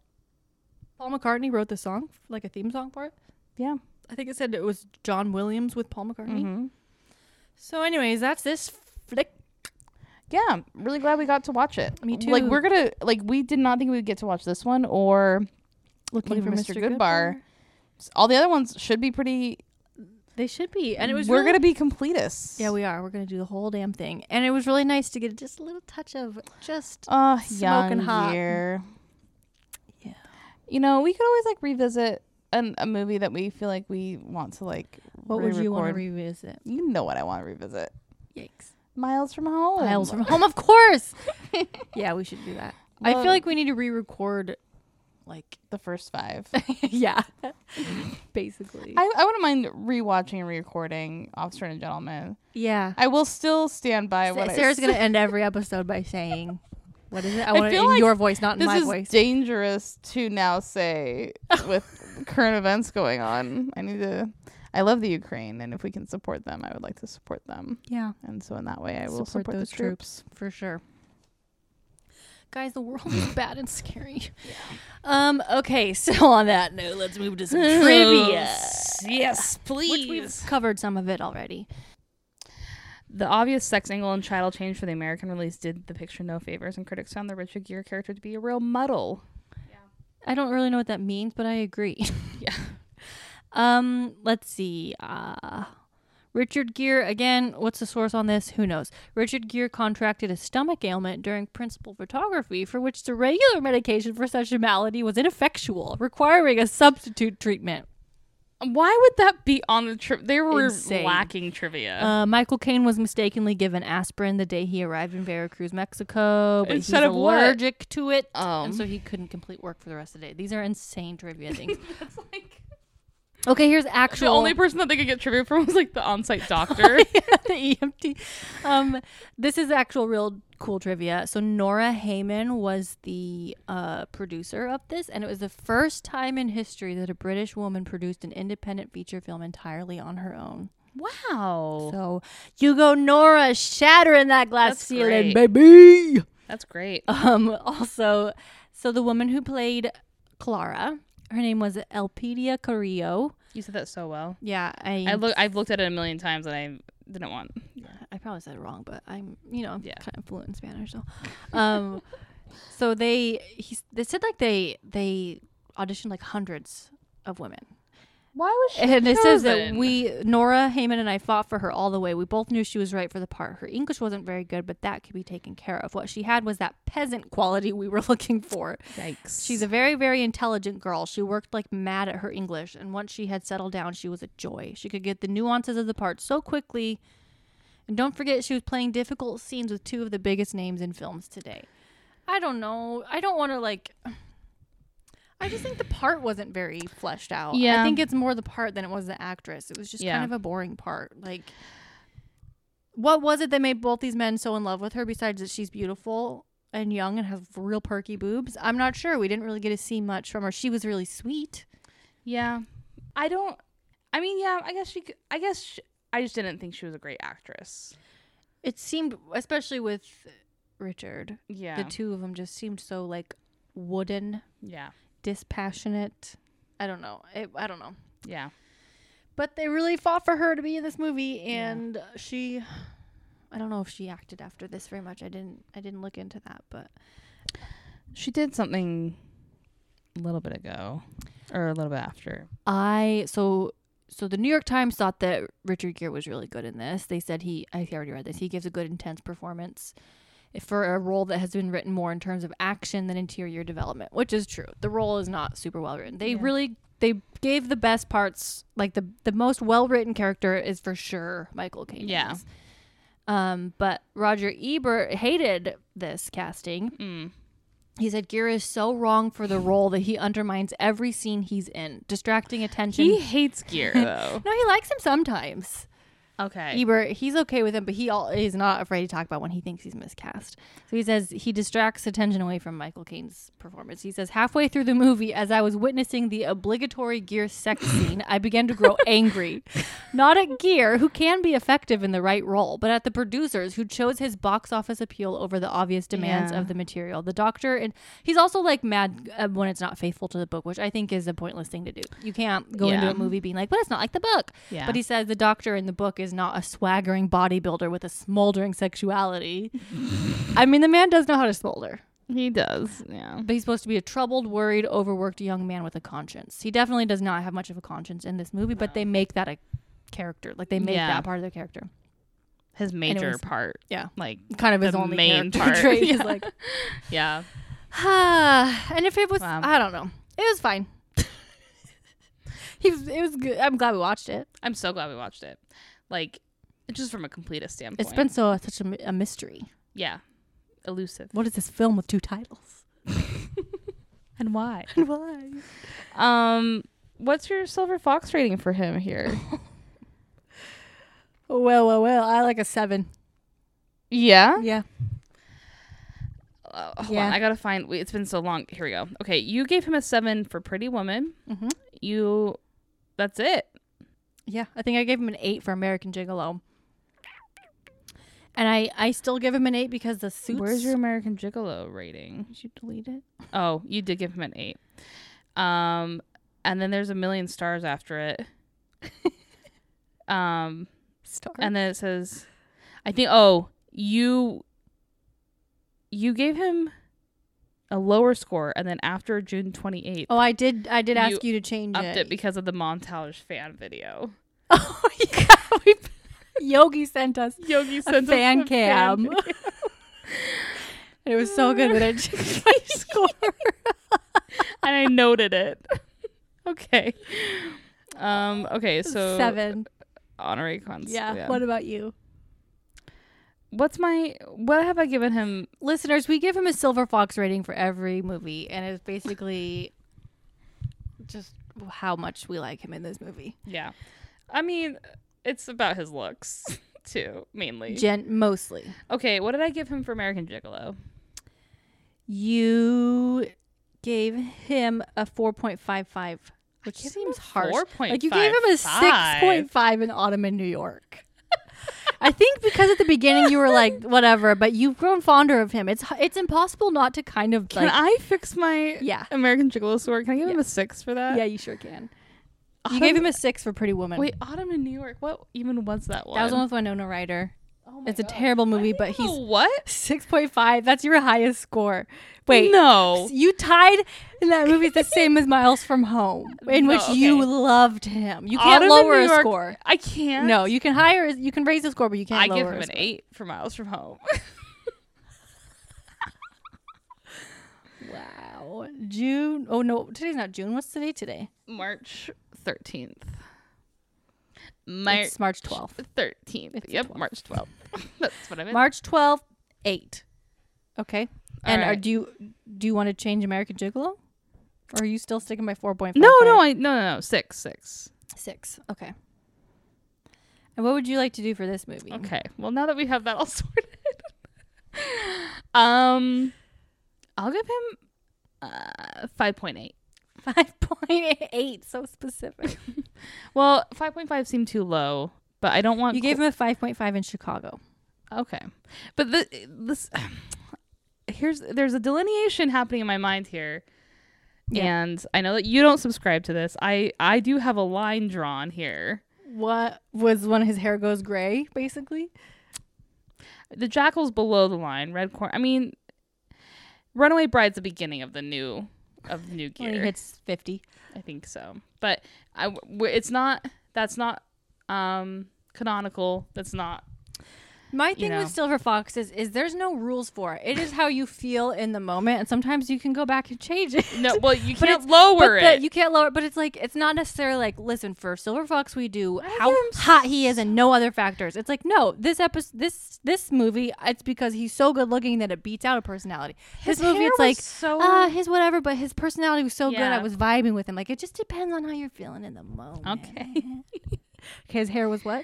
Speaker 2: Paul McCartney wrote the song, like a theme song for it.
Speaker 1: Yeah.
Speaker 2: I think it said it was John Williams with Paul McCartney.
Speaker 1: hmm
Speaker 2: So, anyways, that's this flick.
Speaker 1: Yeah, I'm really glad we got to watch it.
Speaker 2: Me
Speaker 1: Like
Speaker 2: too.
Speaker 1: we're gonna like we did not think we would get to watch this one or
Speaker 2: Looking,
Speaker 1: for Mr. Goodbar. all the other ones should be pretty.
Speaker 2: They should be, and it was
Speaker 1: we're
Speaker 2: really
Speaker 1: gonna be completists.
Speaker 2: Yeah, we are. We're gonna do the whole damn thing, and it was really nice to get just a little touch of just.
Speaker 1: uh,
Speaker 2: Smoking
Speaker 1: young
Speaker 2: hot.
Speaker 1: year.
Speaker 2: Yeah.
Speaker 1: You know, we could always like revisit an, a movie that we feel like we want to like.
Speaker 2: What would you want to
Speaker 1: re-record.
Speaker 2: revisit?
Speaker 1: You know what I want to revisit.
Speaker 2: Yikes!
Speaker 1: Miles from Home.
Speaker 2: Miles from home,
Speaker 1: [laughs]
Speaker 2: of course. yeah, we should do that. I feel
Speaker 1: Well-
Speaker 2: like we need to re-record. Like, [laughs]
Speaker 1: the first five.
Speaker 2: yeah, basically.
Speaker 1: I, I wouldn't mind rewatching and re-recording Officer and Gentleman.
Speaker 2: yeah,
Speaker 1: I will still stand by what I
Speaker 2: Sarah's
Speaker 1: said. [laughs]
Speaker 2: gonna end every episode by saying, "What is it? I want it
Speaker 1: feel
Speaker 2: in
Speaker 1: like
Speaker 2: your voice, not in
Speaker 1: This
Speaker 2: my
Speaker 1: is
Speaker 2: voice."
Speaker 1: dangerous to now [laughs]
Speaker 2: [laughs]
Speaker 1: say with current events going on. I need to. I love the Ukraine, and if we can support them, I would like to support them.
Speaker 2: yeah,
Speaker 1: And so in that way, I will
Speaker 2: Support
Speaker 1: support,
Speaker 2: those
Speaker 1: the troops.
Speaker 2: for sure. Guys, the
Speaker 1: [laughs]
Speaker 2: world is bad and scary. Um. Okay, so on that note, let's move to
Speaker 1: [laughs]
Speaker 2: some trivia.
Speaker 1: yes,
Speaker 2: Which we've covered some of it already.
Speaker 1: The obvious sex angle and title change for the American release did the picture no favors, and critics found the Richard Gere character to be a real muddle.
Speaker 2: I don't really know what that means, but
Speaker 1: [laughs]
Speaker 2: I agree. [laughs]
Speaker 1: Yeah.
Speaker 2: Um, let's see. Uh Richard Gere again, what's the source on this? Who knows? Richard Gere contracted a stomach ailment during principal photography for which the regular medication for such a malady was ineffectual, requiring a substitute treatment.
Speaker 1: Why would that be on the trip? They were
Speaker 2: Insane.
Speaker 1: lacking trivia. [laughs]
Speaker 2: Uh, Michael Caine was mistakenly given aspirin the day he arrived in Veracruz, Mexico, but
Speaker 1: Instead
Speaker 2: he's
Speaker 1: of what?
Speaker 2: allergic to it,
Speaker 1: Um.
Speaker 2: and so he couldn't complete work for the rest of the day. These are insane trivia things. [laughs]
Speaker 1: That's like
Speaker 2: okay, here's
Speaker 1: the
Speaker 2: actual.
Speaker 1: only person that they could get trivia from [laughs] was like the on-site [laughs] doctor.
Speaker 2: [laughs] the EMT. Um, this is actual real cool trivia. So Nora Heyman was the uh, producer of this, and it was the first time in history that a British woman produced an independent feature film entirely on her own.
Speaker 1: wow,
Speaker 2: So you go, Nora, shattering that glass
Speaker 1: That's
Speaker 2: ceiling,
Speaker 1: great.
Speaker 2: baby.
Speaker 1: that's great.
Speaker 2: Um, also, so the woman who played Clara, her name was Elpidia Carrillo.
Speaker 1: You said that so well.
Speaker 2: Yeah, I,
Speaker 1: I look. I've looked at it a million times, and I didn't want.
Speaker 2: I probably said it wrong, but I'm you know I'm
Speaker 1: Yeah.
Speaker 2: kind of fluent in Spanish, so. [laughs] Um, so they he, they said like they they auditioned like hundreds of women,
Speaker 1: Why was she
Speaker 2: And it says that
Speaker 1: chosen?
Speaker 2: we, Nora, Heyman, and I fought for her all the way. We both knew she was right for the part. Her English wasn't very good, but that could be taken care of. What she had was that peasant quality we were [laughs] looking for.
Speaker 1: Yikes.
Speaker 2: She's a very, very intelligent girl. She worked like mad at her English, and once she had settled down, she was a joy. She could get the nuances of the part so quickly. And don't forget, she was playing difficult scenes with two of the biggest names in films today. I don't know. I don't want to like. [sighs] I just think the part wasn't very fleshed out. I
Speaker 1: Yeah.
Speaker 2: think it's more the part than it was the actress. It was just
Speaker 1: Yeah.
Speaker 2: kind of a boring part. Like, what was it that made both these men so in love with her besides that she's beautiful and young and has real perky boobs? I'm not sure. We didn't really get to see much from her. She was really sweet.
Speaker 1: Yeah, I don't. I mean, yeah, I guess she. c- I guess she, I just didn't think she was a great actress.
Speaker 2: It seemed, especially with Richard,
Speaker 1: Yeah,
Speaker 2: the two of them just seemed so like wooden,
Speaker 1: yeah,
Speaker 2: dispassionate. I don't know. It, I don't know.
Speaker 1: yeah.
Speaker 2: But they really fought for her to be in this movie, and she. I don't know if she acted after this very much. I didn't. I didn't look into that, but
Speaker 1: She did something a little bit ago, or a little bit after.
Speaker 2: I so so the New York Times thought that Richard Gere was really good in this. They said he I already read this. He gives a good intense performance for a role that has been written more in terms of action than interior development, which is true. The role is not super well written. They
Speaker 1: Yeah.
Speaker 2: really they gave the best parts like the the most well written character is for sure Michael Caine. in
Speaker 1: Yeah.
Speaker 2: this. Um, but Roger Ebert hated this casting
Speaker 1: Mm.
Speaker 2: he said Gear is so wrong for the role that he undermines every scene he's in, distracting attention.
Speaker 1: He hates [laughs] gear though.
Speaker 2: no, he likes him sometimes.
Speaker 1: okay.
Speaker 2: Ebert, he's okay with him, but he all, is not afraid to talk about when he thinks he's miscast. So he says he distracts attention away from Michael Caine's performance. He says halfway through the movie, as I was witnessing the obligatory
Speaker 1: [laughs]
Speaker 2: Gear sex scene, I began to grow angry, not at Gear, who can be effective in the right role, but at the producers who chose his box office appeal over the obvious demands
Speaker 1: Yeah.
Speaker 2: of the material. The doctor and he's also like mad uh, when it's not faithful to the book, which I think is a pointless thing to do. You can't go into
Speaker 1: Yeah.
Speaker 2: a movie being like, "But it's not like the book."
Speaker 1: Yeah.
Speaker 2: But he says the doctor in the book is not a swaggering bodybuilder with a
Speaker 1: [laughs]
Speaker 2: smoldering sexuality. I mean, the man does know how to smolder,
Speaker 1: he does. Yeah.
Speaker 2: but he's supposed to be a troubled, worried, overworked young man with a conscience. He definitely does not have much of a conscience in this movie, but they make that a character. Like they make
Speaker 1: Yeah.
Speaker 2: that part of their character.
Speaker 1: His major
Speaker 2: Anyways.
Speaker 1: part.
Speaker 2: Yeah.
Speaker 1: Like.
Speaker 2: Kind of his
Speaker 1: The
Speaker 2: only
Speaker 1: main
Speaker 2: character
Speaker 1: part.
Speaker 2: trait
Speaker 1: [laughs]
Speaker 2: is
Speaker 1: Yeah.
Speaker 2: like,
Speaker 1: Yeah.
Speaker 2: ah. And if it was,
Speaker 1: Wow.
Speaker 2: I don't know, it
Speaker 1: [laughs]
Speaker 2: was fine. he was, it was good. I'm glad we watched it.
Speaker 1: I'm so glad we watched it. Like, just from a completist standpoint.
Speaker 2: It's been so such a, mi- a mystery.
Speaker 1: yeah, elusive.
Speaker 2: What is this film with
Speaker 1: [laughs]
Speaker 2: two titles?
Speaker 1: And why?
Speaker 2: Why?
Speaker 1: Um. What's your silver fox rating for him here?
Speaker 2: Well, well, well. I like a seven.
Speaker 1: yeah.
Speaker 2: Yeah.
Speaker 1: Uh, hold
Speaker 2: Yeah.
Speaker 1: on, I gotta find. wait, It's been so long. Here we go. Okay, you gave him a seven for Pretty Woman.
Speaker 2: Mm-hmm.
Speaker 1: You, that's it.
Speaker 2: Yeah. I think I gave him an eight for American Gigolo. And I, I still give him an eight because the suits.
Speaker 1: Where's your American Gigolo rating?
Speaker 2: Did you delete it?
Speaker 1: Oh, you did give him an eight. Um, and then there's a million stars after [laughs] it. um,
Speaker 2: Star.
Speaker 1: and then it says, I think. Oh, you, you gave him a lower score, and then after June twenty eighth,
Speaker 2: oh, I did. I did
Speaker 1: You
Speaker 2: ask you to change
Speaker 1: upped it
Speaker 2: it.
Speaker 1: because of the Montage fan video.
Speaker 2: [laughs] oh yeah. We, [laughs] Yogi sent us
Speaker 1: [laughs] Yogi
Speaker 2: a
Speaker 1: sent us
Speaker 2: fan
Speaker 1: a
Speaker 2: cam.
Speaker 1: video.
Speaker 2: it was so good that I changed
Speaker 1: [laughs]
Speaker 2: my score.
Speaker 1: [laughs] and I noted it. [laughs] okay. Um. Okay. So
Speaker 2: seven.
Speaker 1: honorary cons.
Speaker 2: Yeah. What about you?
Speaker 1: What's my? What have I given him?
Speaker 2: listeners, we give him a silver fox rating for every movie, and it's basically just how much we like him in this movie.
Speaker 1: Yeah. I mean, it's about his looks [laughs] too, mainly.
Speaker 2: Gen mostly.
Speaker 1: okay. What did I give him for American Gigolo?
Speaker 2: You gave him a four point five five, which
Speaker 1: give him
Speaker 2: seems
Speaker 1: a
Speaker 2: harsh. Like you gave him a six
Speaker 1: 4.55.
Speaker 2: point five in Autumn in New York. [laughs] I think because at the beginning you
Speaker 1: [laughs]
Speaker 2: were like whatever, but you've grown fonder of him. It's it's impossible not to kind of
Speaker 1: Can
Speaker 2: like
Speaker 1: I fix my
Speaker 2: yeah
Speaker 1: American Gigolo score? Can I give him
Speaker 2: Yeah.
Speaker 1: a six for that?
Speaker 2: yeah you sure can. You
Speaker 1: Uh, Autumn-
Speaker 2: gave him a six for Pretty Woman.
Speaker 1: Wait, Autumn in New York. What even was that one?
Speaker 2: That was the one with Winona Ryder.
Speaker 1: Oh my
Speaker 2: It's a
Speaker 1: God.
Speaker 2: terrible movie, but
Speaker 1: Oh,
Speaker 2: he's
Speaker 1: what?
Speaker 2: 6.5. That's your highest score. Wait.
Speaker 1: No.
Speaker 2: You tied in that movie the same as Miles from Home, in
Speaker 1: No,
Speaker 2: which you
Speaker 1: okay.
Speaker 2: loved him. You
Speaker 1: Autumn
Speaker 2: can't
Speaker 1: in
Speaker 2: lower
Speaker 1: New
Speaker 2: a
Speaker 1: York-
Speaker 2: score.
Speaker 1: I can't.
Speaker 2: No, you can higher. You can raise the score, but you can't
Speaker 1: I
Speaker 2: lower.
Speaker 1: give him
Speaker 2: a
Speaker 1: an
Speaker 2: score.
Speaker 1: eight for Miles from Home. [laughs]
Speaker 2: Wow. June. Oh no, today's not June. What's the day today?
Speaker 1: March 13th. March
Speaker 2: it's March 12th.
Speaker 1: 13th.
Speaker 2: It's the
Speaker 1: yep,
Speaker 2: 12th.
Speaker 1: March 12th. [laughs] That's what I meant.
Speaker 2: March 12th, 8. Okay.
Speaker 1: All
Speaker 2: and are,
Speaker 1: right.
Speaker 2: do you do you want to change American Gigolo? Or are you still sticking by 4.5?
Speaker 1: no, Oh, no, I no, no, no. 6 6.
Speaker 2: 6. Okay. And what would you like to do for this movie? [laughs]
Speaker 1: Okay. Well, now that we have that all [laughs] sorted, um I'll give him uh 5.8.
Speaker 2: 5.8, so specific.
Speaker 1: Well, 5.5 seemed too low, but I don't want
Speaker 2: you gave him a 5.5 in Chicago.
Speaker 1: Okay. But the this [sighs] here's there's a delineation happening in my mind here.
Speaker 2: Yeah.
Speaker 1: And I know that you don't subscribe to this. I I do have a line drawn here.
Speaker 2: What was when his hair goes gray, basically?
Speaker 1: The jackal's below the line, red corn. I mean Runaway Bride's the beginning of the new of new
Speaker 2: When he
Speaker 1: gear.
Speaker 2: hits 50.
Speaker 1: I think so. But I w- it's not that's not um canonical. That's not
Speaker 2: My thing
Speaker 1: know.
Speaker 2: with Silver Fox is, is there's no rules for it. It is how you feel in the moment, and sometimes you can go back and change [laughs] it.
Speaker 1: No, well you
Speaker 2: But
Speaker 1: can't
Speaker 2: it's-
Speaker 1: lower
Speaker 2: but the-
Speaker 1: it.
Speaker 2: you can't lower, it, but it's like it's not necessarily like listen for Silver Fox. We do how
Speaker 1: give him
Speaker 2: hot he is and no other factors. It's like no, this episode, this this movie, it's because he's so good looking that it beats out a personality.
Speaker 1: His
Speaker 2: this movie,
Speaker 1: hair
Speaker 2: it's
Speaker 1: was
Speaker 2: like
Speaker 1: so-
Speaker 2: uh, his whatever, but his personality was so good,
Speaker 1: Yeah.
Speaker 2: I was vibing with him. Like it just depends on how you're feeling in the moment.
Speaker 1: okay.
Speaker 2: Okay, his hair was what?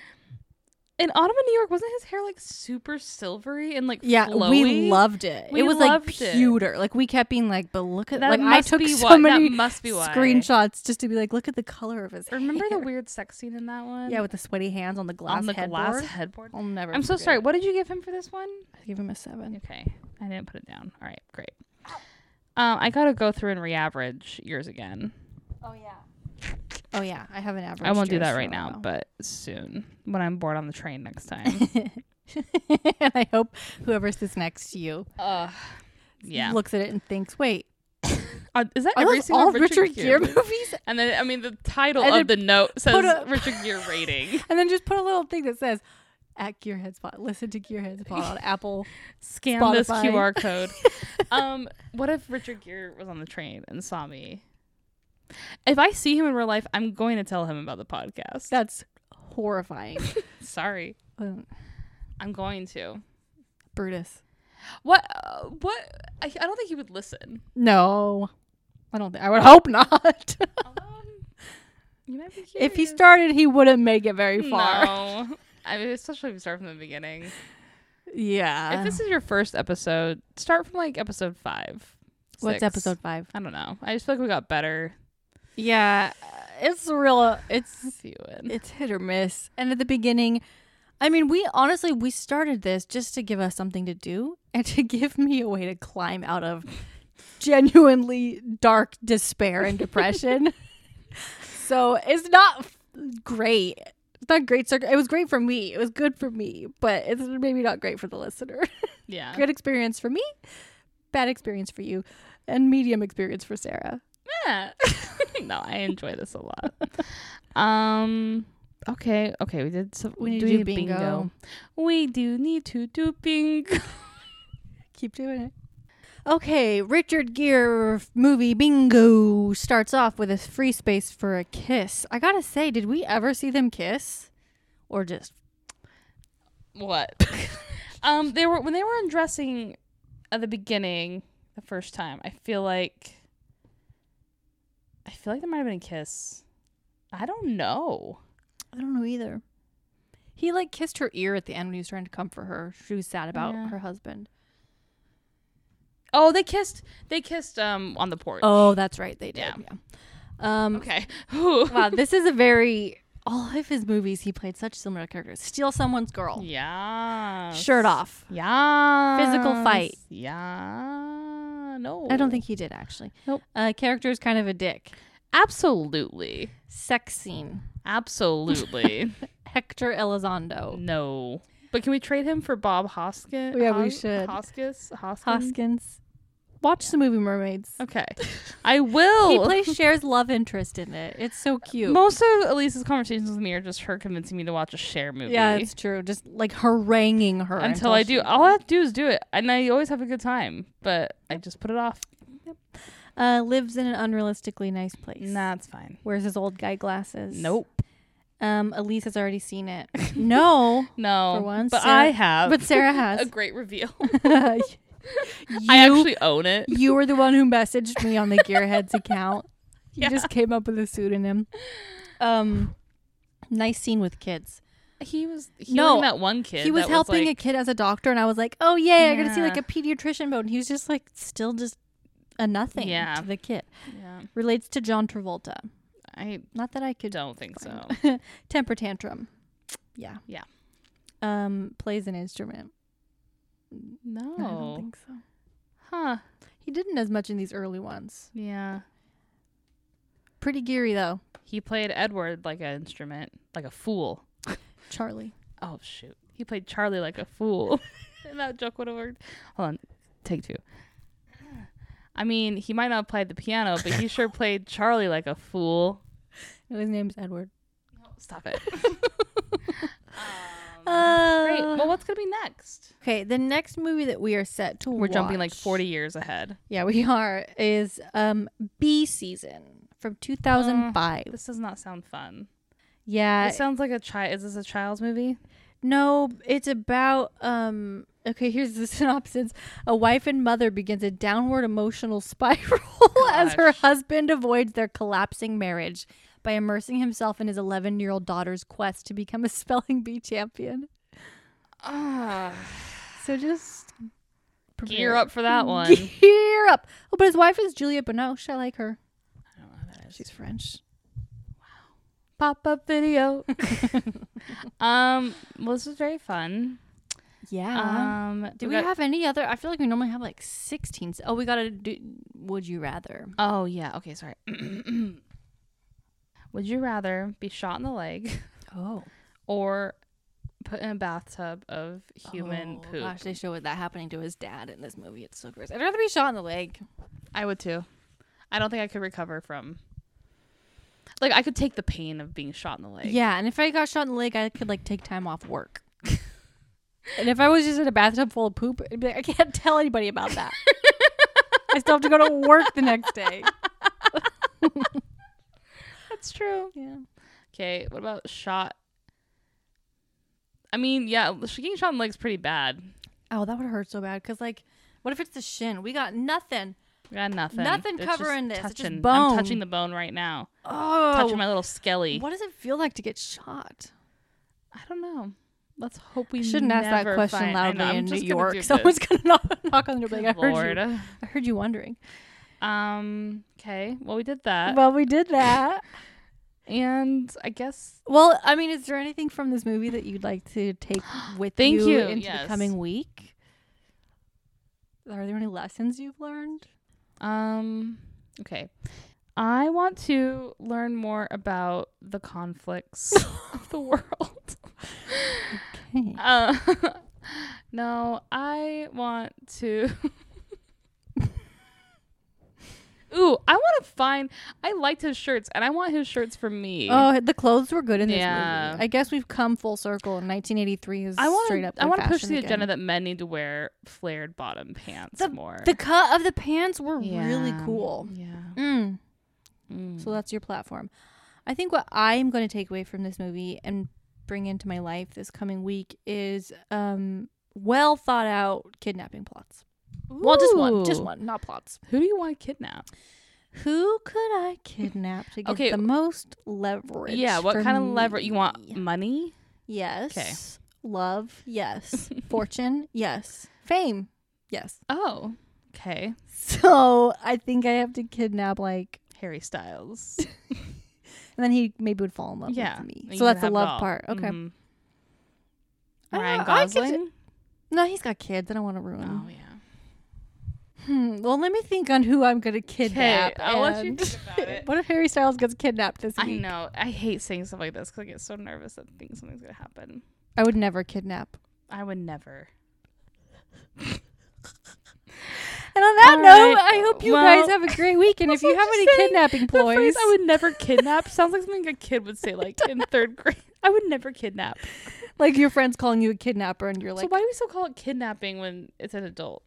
Speaker 1: in Autumn in New York, wasn't his hair like super silvery and like
Speaker 2: Yeah,
Speaker 1: flowy?
Speaker 2: we loved it.
Speaker 1: We
Speaker 2: it was like
Speaker 1: loved it.
Speaker 2: pewter. Like we kept being like, but look at
Speaker 1: That
Speaker 2: like I
Speaker 1: must
Speaker 2: took
Speaker 1: be
Speaker 2: so
Speaker 1: why- that
Speaker 2: many
Speaker 1: must be why.
Speaker 2: screenshots just to be like, look at the color of his.
Speaker 1: Remember the
Speaker 2: hair.
Speaker 1: weird sex scene in that one?
Speaker 2: Yeah, with the sweaty hands on the glass
Speaker 1: on the
Speaker 2: headboard.
Speaker 1: glass headboard.
Speaker 2: I'll never.
Speaker 1: I'm so
Speaker 2: forget
Speaker 1: sorry.
Speaker 2: it.
Speaker 1: What did you give him for this one?
Speaker 2: I give him a seven.
Speaker 1: Okay, I didn't put it down. All right, great. Um, I gotta go through and reaverage yours again.
Speaker 2: Oh yeah. Oh yeah. I have an average.
Speaker 1: I won't do that right now, but soon when I'm bored on the train next [laughs] time.
Speaker 2: But [laughs] and I hope whoever sits next to you
Speaker 1: uh, yeah.
Speaker 2: looks at it and thinks, "Wait,
Speaker 1: Uh, is that
Speaker 2: are
Speaker 1: every
Speaker 2: those
Speaker 1: single
Speaker 2: all
Speaker 1: Richard, Gere? movie?
Speaker 2: movies?"
Speaker 1: And then I mean the title
Speaker 2: And
Speaker 1: of the note says
Speaker 2: a-
Speaker 1: Richard Gere [laughs] rating.
Speaker 2: And then just put a little thing that says, "At Gearhead Spot, listen to Gearhead Spot [laughs] on Apple."
Speaker 1: scan this
Speaker 2: Spotify.
Speaker 1: QR [laughs] code. um, what if Richard Gere was on the train and saw me? If I see him in real life, I'm going to tell him about the podcast.
Speaker 2: That's [laughs] horrifying.
Speaker 1: Sorry,
Speaker 2: Um,
Speaker 1: I'm going to.
Speaker 2: Brutus.
Speaker 1: What? Uh, what? I, I don't think he would listen.
Speaker 2: No, I don't think. I would hope not.
Speaker 1: Um, you might be
Speaker 2: [laughs] if he [laughs]
Speaker 1: curious.
Speaker 2: started, he wouldn't make it very far. [laughs]
Speaker 1: No. [laughs] I mean, especially if you start from the beginning.
Speaker 2: Yeah.
Speaker 1: if this is your first episode, start from like episode five.
Speaker 2: What's
Speaker 1: six.
Speaker 2: episode five?
Speaker 1: I don't know. I just feel like we got better.
Speaker 2: Yeah, it's real. It's
Speaker 1: See you
Speaker 2: [laughs]
Speaker 1: in.
Speaker 2: it's hit or miss. And at the beginning, I mean, we honestly we started this just to give us something to do [laughs] and to give me a way to climb out of genuinely dark despair and depression. so it's not f- great. It's not great. Circ- it was great for me. It was good for me, but it's maybe not great for the listener. [laughs]
Speaker 1: Yeah.
Speaker 2: good experience for me, bad experience for you, and medium experience for Sarah.
Speaker 1: Yeah. [laughs] no, I enjoy this a lot. Um. Okay. Okay. We did. So,
Speaker 2: We need to do bingo.
Speaker 1: We do need to do bingo.
Speaker 2: Keep doing it. Okay, Richard Gere movie bingo starts off with a free space for a kiss. I gotta say, did we ever see them kiss? Or just [laughs]
Speaker 1: What? um. They were when they were undressing at the beginning the first time. I feel like. I feel like there might have been a kiss. I don't know.
Speaker 2: I don't know either. He like kissed her ear at the end when he was trying to comfort her. She was sad about
Speaker 1: Yeah.
Speaker 2: her husband.
Speaker 1: Oh, they kissed. They kissed um on the porch.
Speaker 2: Oh, that's right, they did. Yeah.
Speaker 1: Yeah.
Speaker 2: Um
Speaker 1: okay. [laughs] Whew.
Speaker 2: wow, this is a very all of his movies he played such similar characters. Steal someone's girl.
Speaker 1: Yeah.
Speaker 2: Shirt off.
Speaker 1: Yeah.
Speaker 2: fight.
Speaker 1: Yeah. No.
Speaker 2: I don't think he did actually.
Speaker 1: Nope.
Speaker 2: Uh character is kind of a dick.
Speaker 1: Absolutely.
Speaker 2: Sex scene.
Speaker 1: Absolutely.
Speaker 2: [laughs] Hector Elizondo.
Speaker 1: no. But But can we trade him for Bob Hoskins?
Speaker 2: Oh, Yeah, we should.
Speaker 1: Hoskins? Hoskins?
Speaker 2: Hoskins. Watch the movie Mermaids.
Speaker 1: Okay. I will. [laughs]
Speaker 2: He plays Cher's love interest in it. It's so cute.
Speaker 1: Most of Elise's conversations with me are just her convincing me to watch a share movie.
Speaker 2: yeah, it's true. Just like haranguing her
Speaker 1: until, I do.
Speaker 2: she-
Speaker 1: All I have to do is do it, and I always have a good time. But I just put it off.
Speaker 2: uh, lives in an unrealistically nice place.
Speaker 1: it's fine.
Speaker 2: Wears his old guy glasses.
Speaker 1: Nope.
Speaker 2: Um, Elise has already
Speaker 1: [laughs]
Speaker 2: seen it. no.
Speaker 1: No.
Speaker 2: For once,
Speaker 1: but
Speaker 2: Sarah-
Speaker 1: I have.
Speaker 2: But Sarah
Speaker 1: a [laughs]
Speaker 2: has. [laughs]
Speaker 1: great reveal.
Speaker 2: you,
Speaker 1: I actually own
Speaker 2: [laughs]
Speaker 1: it.
Speaker 2: you were the one who messaged me on the Gearheads account.
Speaker 1: [laughs]
Speaker 2: You
Speaker 1: Yeah.
Speaker 2: just came up with a pseudonym. Um, nice scene with kids.
Speaker 1: He was healing
Speaker 2: No,
Speaker 1: that one kid.
Speaker 2: he was
Speaker 1: that
Speaker 2: helping
Speaker 1: like,
Speaker 2: a kid as a doctor, and I was like, "Oh yeah, I gotta see like
Speaker 1: Yeah.
Speaker 2: a pediatrician about." And he was just like, still just a nothing
Speaker 1: Yeah.
Speaker 2: to the kid.
Speaker 1: Yeah,
Speaker 2: Relates to John Travolta.
Speaker 1: I
Speaker 2: Not that I could
Speaker 1: don't think so.
Speaker 2: [laughs] temper tantrum. Yeah.
Speaker 1: Yeah.
Speaker 2: Um, plays an instrument. I don't
Speaker 1: No.
Speaker 2: think so.
Speaker 1: Huh.
Speaker 2: He didn't as much in these early ones.
Speaker 1: Yeah.
Speaker 2: Pretty geary though,
Speaker 1: He played Edward like an instrument, like a fool.
Speaker 2: Charlie.
Speaker 1: Oh shoot. He played Charlie like a fool. [laughs] and that joke would have worked. Hold on. Take two. I mean, he might not have played the piano, but he
Speaker 2: [laughs]
Speaker 1: sure played Charlie like a fool.
Speaker 2: No, his name's Edward.
Speaker 1: Stop
Speaker 2: [sighs]
Speaker 1: it.
Speaker 2: Uh,
Speaker 1: Great. Well, what's gonna be next?
Speaker 2: okay, the next movie that we are set to
Speaker 1: We're jumping like
Speaker 2: watch-
Speaker 1: 40 years ahead.
Speaker 2: Yeah, we [laughs] are. Is um B season from two thousand five.
Speaker 1: This does not sound fun.
Speaker 2: yeah,
Speaker 1: It sounds like Mm. a child. Is this a child's movie?
Speaker 2: No, it's about um okay, here's the [laughs] synopsis. A wife and mother begins a downward emotional [laughs] spiral as her
Speaker 1: Gosh.
Speaker 2: husband avoids their collapsing marriage by immersing himself in his 11-year-old daughter's quest to become a [laughs] spelling bee champion.
Speaker 1: Ah,
Speaker 2: So just prepare.
Speaker 1: gear up for
Speaker 2: [laughs]
Speaker 1: that one.
Speaker 2: Gear up. Oh, but his wife is Juliette Binoche. I like her.
Speaker 1: I don't know who that is.
Speaker 2: She's French.
Speaker 1: Pop up [laughs] video. um, well, this was very fun.
Speaker 2: Yeah.
Speaker 1: Um,
Speaker 2: Uh-huh. do we,
Speaker 1: got-
Speaker 2: have any other? I feel like we normally have like 16. Oh, we got to do Would You Rather.
Speaker 1: Oh yeah. Okay. Sorry. [clears throat] Would you rather be shot in the leg
Speaker 2: Oh.
Speaker 1: or put in a bathtub of human
Speaker 2: oh,
Speaker 1: poop?
Speaker 2: Gosh, they show that happening to his dad in this movie. It's so gross. I'd rather be shot in the leg.
Speaker 1: I would too. I don't think I could recover from. Like I could take the pain of being shot in the leg.
Speaker 2: yeah, and if I got shot in the leg, I could like take time off [laughs] work. and if I was just in a bathtub full of poop, I'd be like, I can't tell anybody about that. I still have to go to work the next day.
Speaker 1: that's true.
Speaker 2: Yeah.
Speaker 1: Okay. What about shot? I mean, yeah, getting shot in the leg's pretty bad.
Speaker 2: [laughs] Oh, that would hurt so bad. Cause like, what if it's the shin? We got nothing.
Speaker 1: We got nothing.
Speaker 2: Nothing
Speaker 1: It's just
Speaker 2: covering this. It's just
Speaker 1: I'm
Speaker 2: bone.
Speaker 1: touching the bone right now.
Speaker 2: Oh,
Speaker 1: Touching my little skelly.
Speaker 2: what does it feel like to get shot?
Speaker 1: I don't know. Let's hope we
Speaker 2: I shouldn't ask that
Speaker 1: never
Speaker 2: question
Speaker 1: find- I
Speaker 2: loudly
Speaker 1: know, I'm
Speaker 2: in New
Speaker 1: just gonna do
Speaker 2: York.
Speaker 1: this.
Speaker 2: [laughs] Someone's gonna knock, knock on the door.
Speaker 1: Good
Speaker 2: Like, I
Speaker 1: Lord.
Speaker 2: heard you. I heard you wondering.
Speaker 1: Um. Okay. Well, we did that,
Speaker 2: well, we did that.
Speaker 1: [laughs] and I guess
Speaker 2: Well, I mean, is there anything from this movie that you'd like to
Speaker 1: [gasps]
Speaker 2: take with
Speaker 1: Thank
Speaker 2: you,
Speaker 1: you,
Speaker 2: into
Speaker 1: yes.
Speaker 2: the coming week? Are there any lessons you've learned?
Speaker 1: Um, okay. I want to learn more about the conflicts [laughs] of the world. Uh, [laughs] no, I want to. [laughs] Ooh, I want to find. I liked his shirts, and I want his shirts for me.
Speaker 2: [laughs] Oh, the clothes were good in this
Speaker 1: Yeah.
Speaker 2: movie. I guess we've come full circle. 1983 is
Speaker 1: I want
Speaker 2: straight up.
Speaker 1: to. I
Speaker 2: in
Speaker 1: want to push
Speaker 2: fashion
Speaker 1: the
Speaker 2: again.
Speaker 1: agenda that men need to wear flared bottom pants more.
Speaker 2: The cut of the pants were really
Speaker 1: Yeah.
Speaker 2: cool.
Speaker 1: Yeah.
Speaker 2: Mm.
Speaker 1: Mm.
Speaker 2: So that's your platform. I think what I'm going to take away from this movie and bring into my life this coming week is um, well thought out kidnapping plots. Well, just one, just
Speaker 1: Ooh.
Speaker 2: one, not plots.
Speaker 1: Who do you want to kidnap?
Speaker 2: Who could I kidnap to get
Speaker 1: Okay.
Speaker 2: the most leverage?
Speaker 1: Yeah, what
Speaker 2: for
Speaker 1: kind of lever you want?
Speaker 2: me?
Speaker 1: Money?
Speaker 2: Yes. Love. [laughs] Yes. Fortune. Yes. Fame. [laughs] Yes.
Speaker 1: Oh, okay.
Speaker 2: So I think I have to kidnap like,
Speaker 1: Harry Styles.
Speaker 2: and then he maybe would fall in [laughs] love
Speaker 1: yeah.
Speaker 2: with me.
Speaker 1: you
Speaker 2: So that's the
Speaker 1: have it
Speaker 2: love
Speaker 1: all.
Speaker 2: part. Okay.
Speaker 1: Mhm.
Speaker 2: I
Speaker 1: Ryan
Speaker 2: don't know, I could
Speaker 1: Gosling.
Speaker 2: No, he's got kids. I don't want to ruin.
Speaker 1: oh yeah.
Speaker 2: Hmm. Well, let me think on who I'm gonna kidnap.
Speaker 1: I'll let you
Speaker 2: and-
Speaker 1: think about [laughs] it.
Speaker 2: [laughs] what if Harry Styles gets kidnapped this
Speaker 1: I
Speaker 2: week?
Speaker 1: know. I hate saying stuff like this because I get so nervous that think something's gonna happen.
Speaker 2: I would never kidnap.
Speaker 1: I would never.
Speaker 2: And on that
Speaker 1: All
Speaker 2: note,
Speaker 1: right.
Speaker 2: I hope you
Speaker 1: Well-
Speaker 2: guys have a great week.
Speaker 1: [laughs]
Speaker 2: And if you
Speaker 1: Also
Speaker 2: have
Speaker 1: just
Speaker 2: any
Speaker 1: saying, [laughs]
Speaker 2: kidnapping
Speaker 1: The phrase
Speaker 2: ploys,
Speaker 1: I would never [laughs] kidnap sounds like something a kid would say, like in third [laughs] grade. I would never kidnap.
Speaker 2: like your friends calling you a kidnapper, and you're like,
Speaker 1: so why do we still call it kidnapping when it's an adult?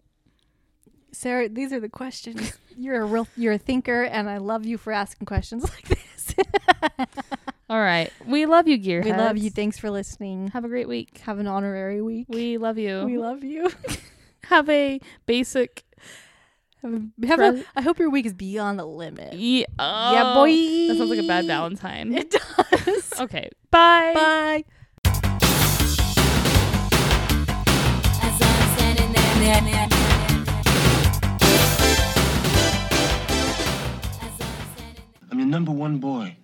Speaker 2: Sarah, these are the questions. You're a real, you're a thinker, and I love you for asking questions [laughs] like this.
Speaker 1: All right, we love you, gearheads.
Speaker 2: we love you. Thanks for listening.
Speaker 1: Have a great week.
Speaker 2: Have an honorary week.
Speaker 1: We love you.
Speaker 2: We love
Speaker 1: [laughs]
Speaker 2: you.
Speaker 1: have a basic.
Speaker 2: Have a, have a,
Speaker 1: Pres-
Speaker 2: I hope your week is beyond the limit.
Speaker 1: Yeah,
Speaker 2: Yeah, boy.
Speaker 1: E That sounds like a bad Valentine.
Speaker 2: It [laughs] does.
Speaker 1: Okay, bye.
Speaker 2: Bye.
Speaker 3: As I'm standing there, as I'm standing there.
Speaker 4: I'm your number one boy.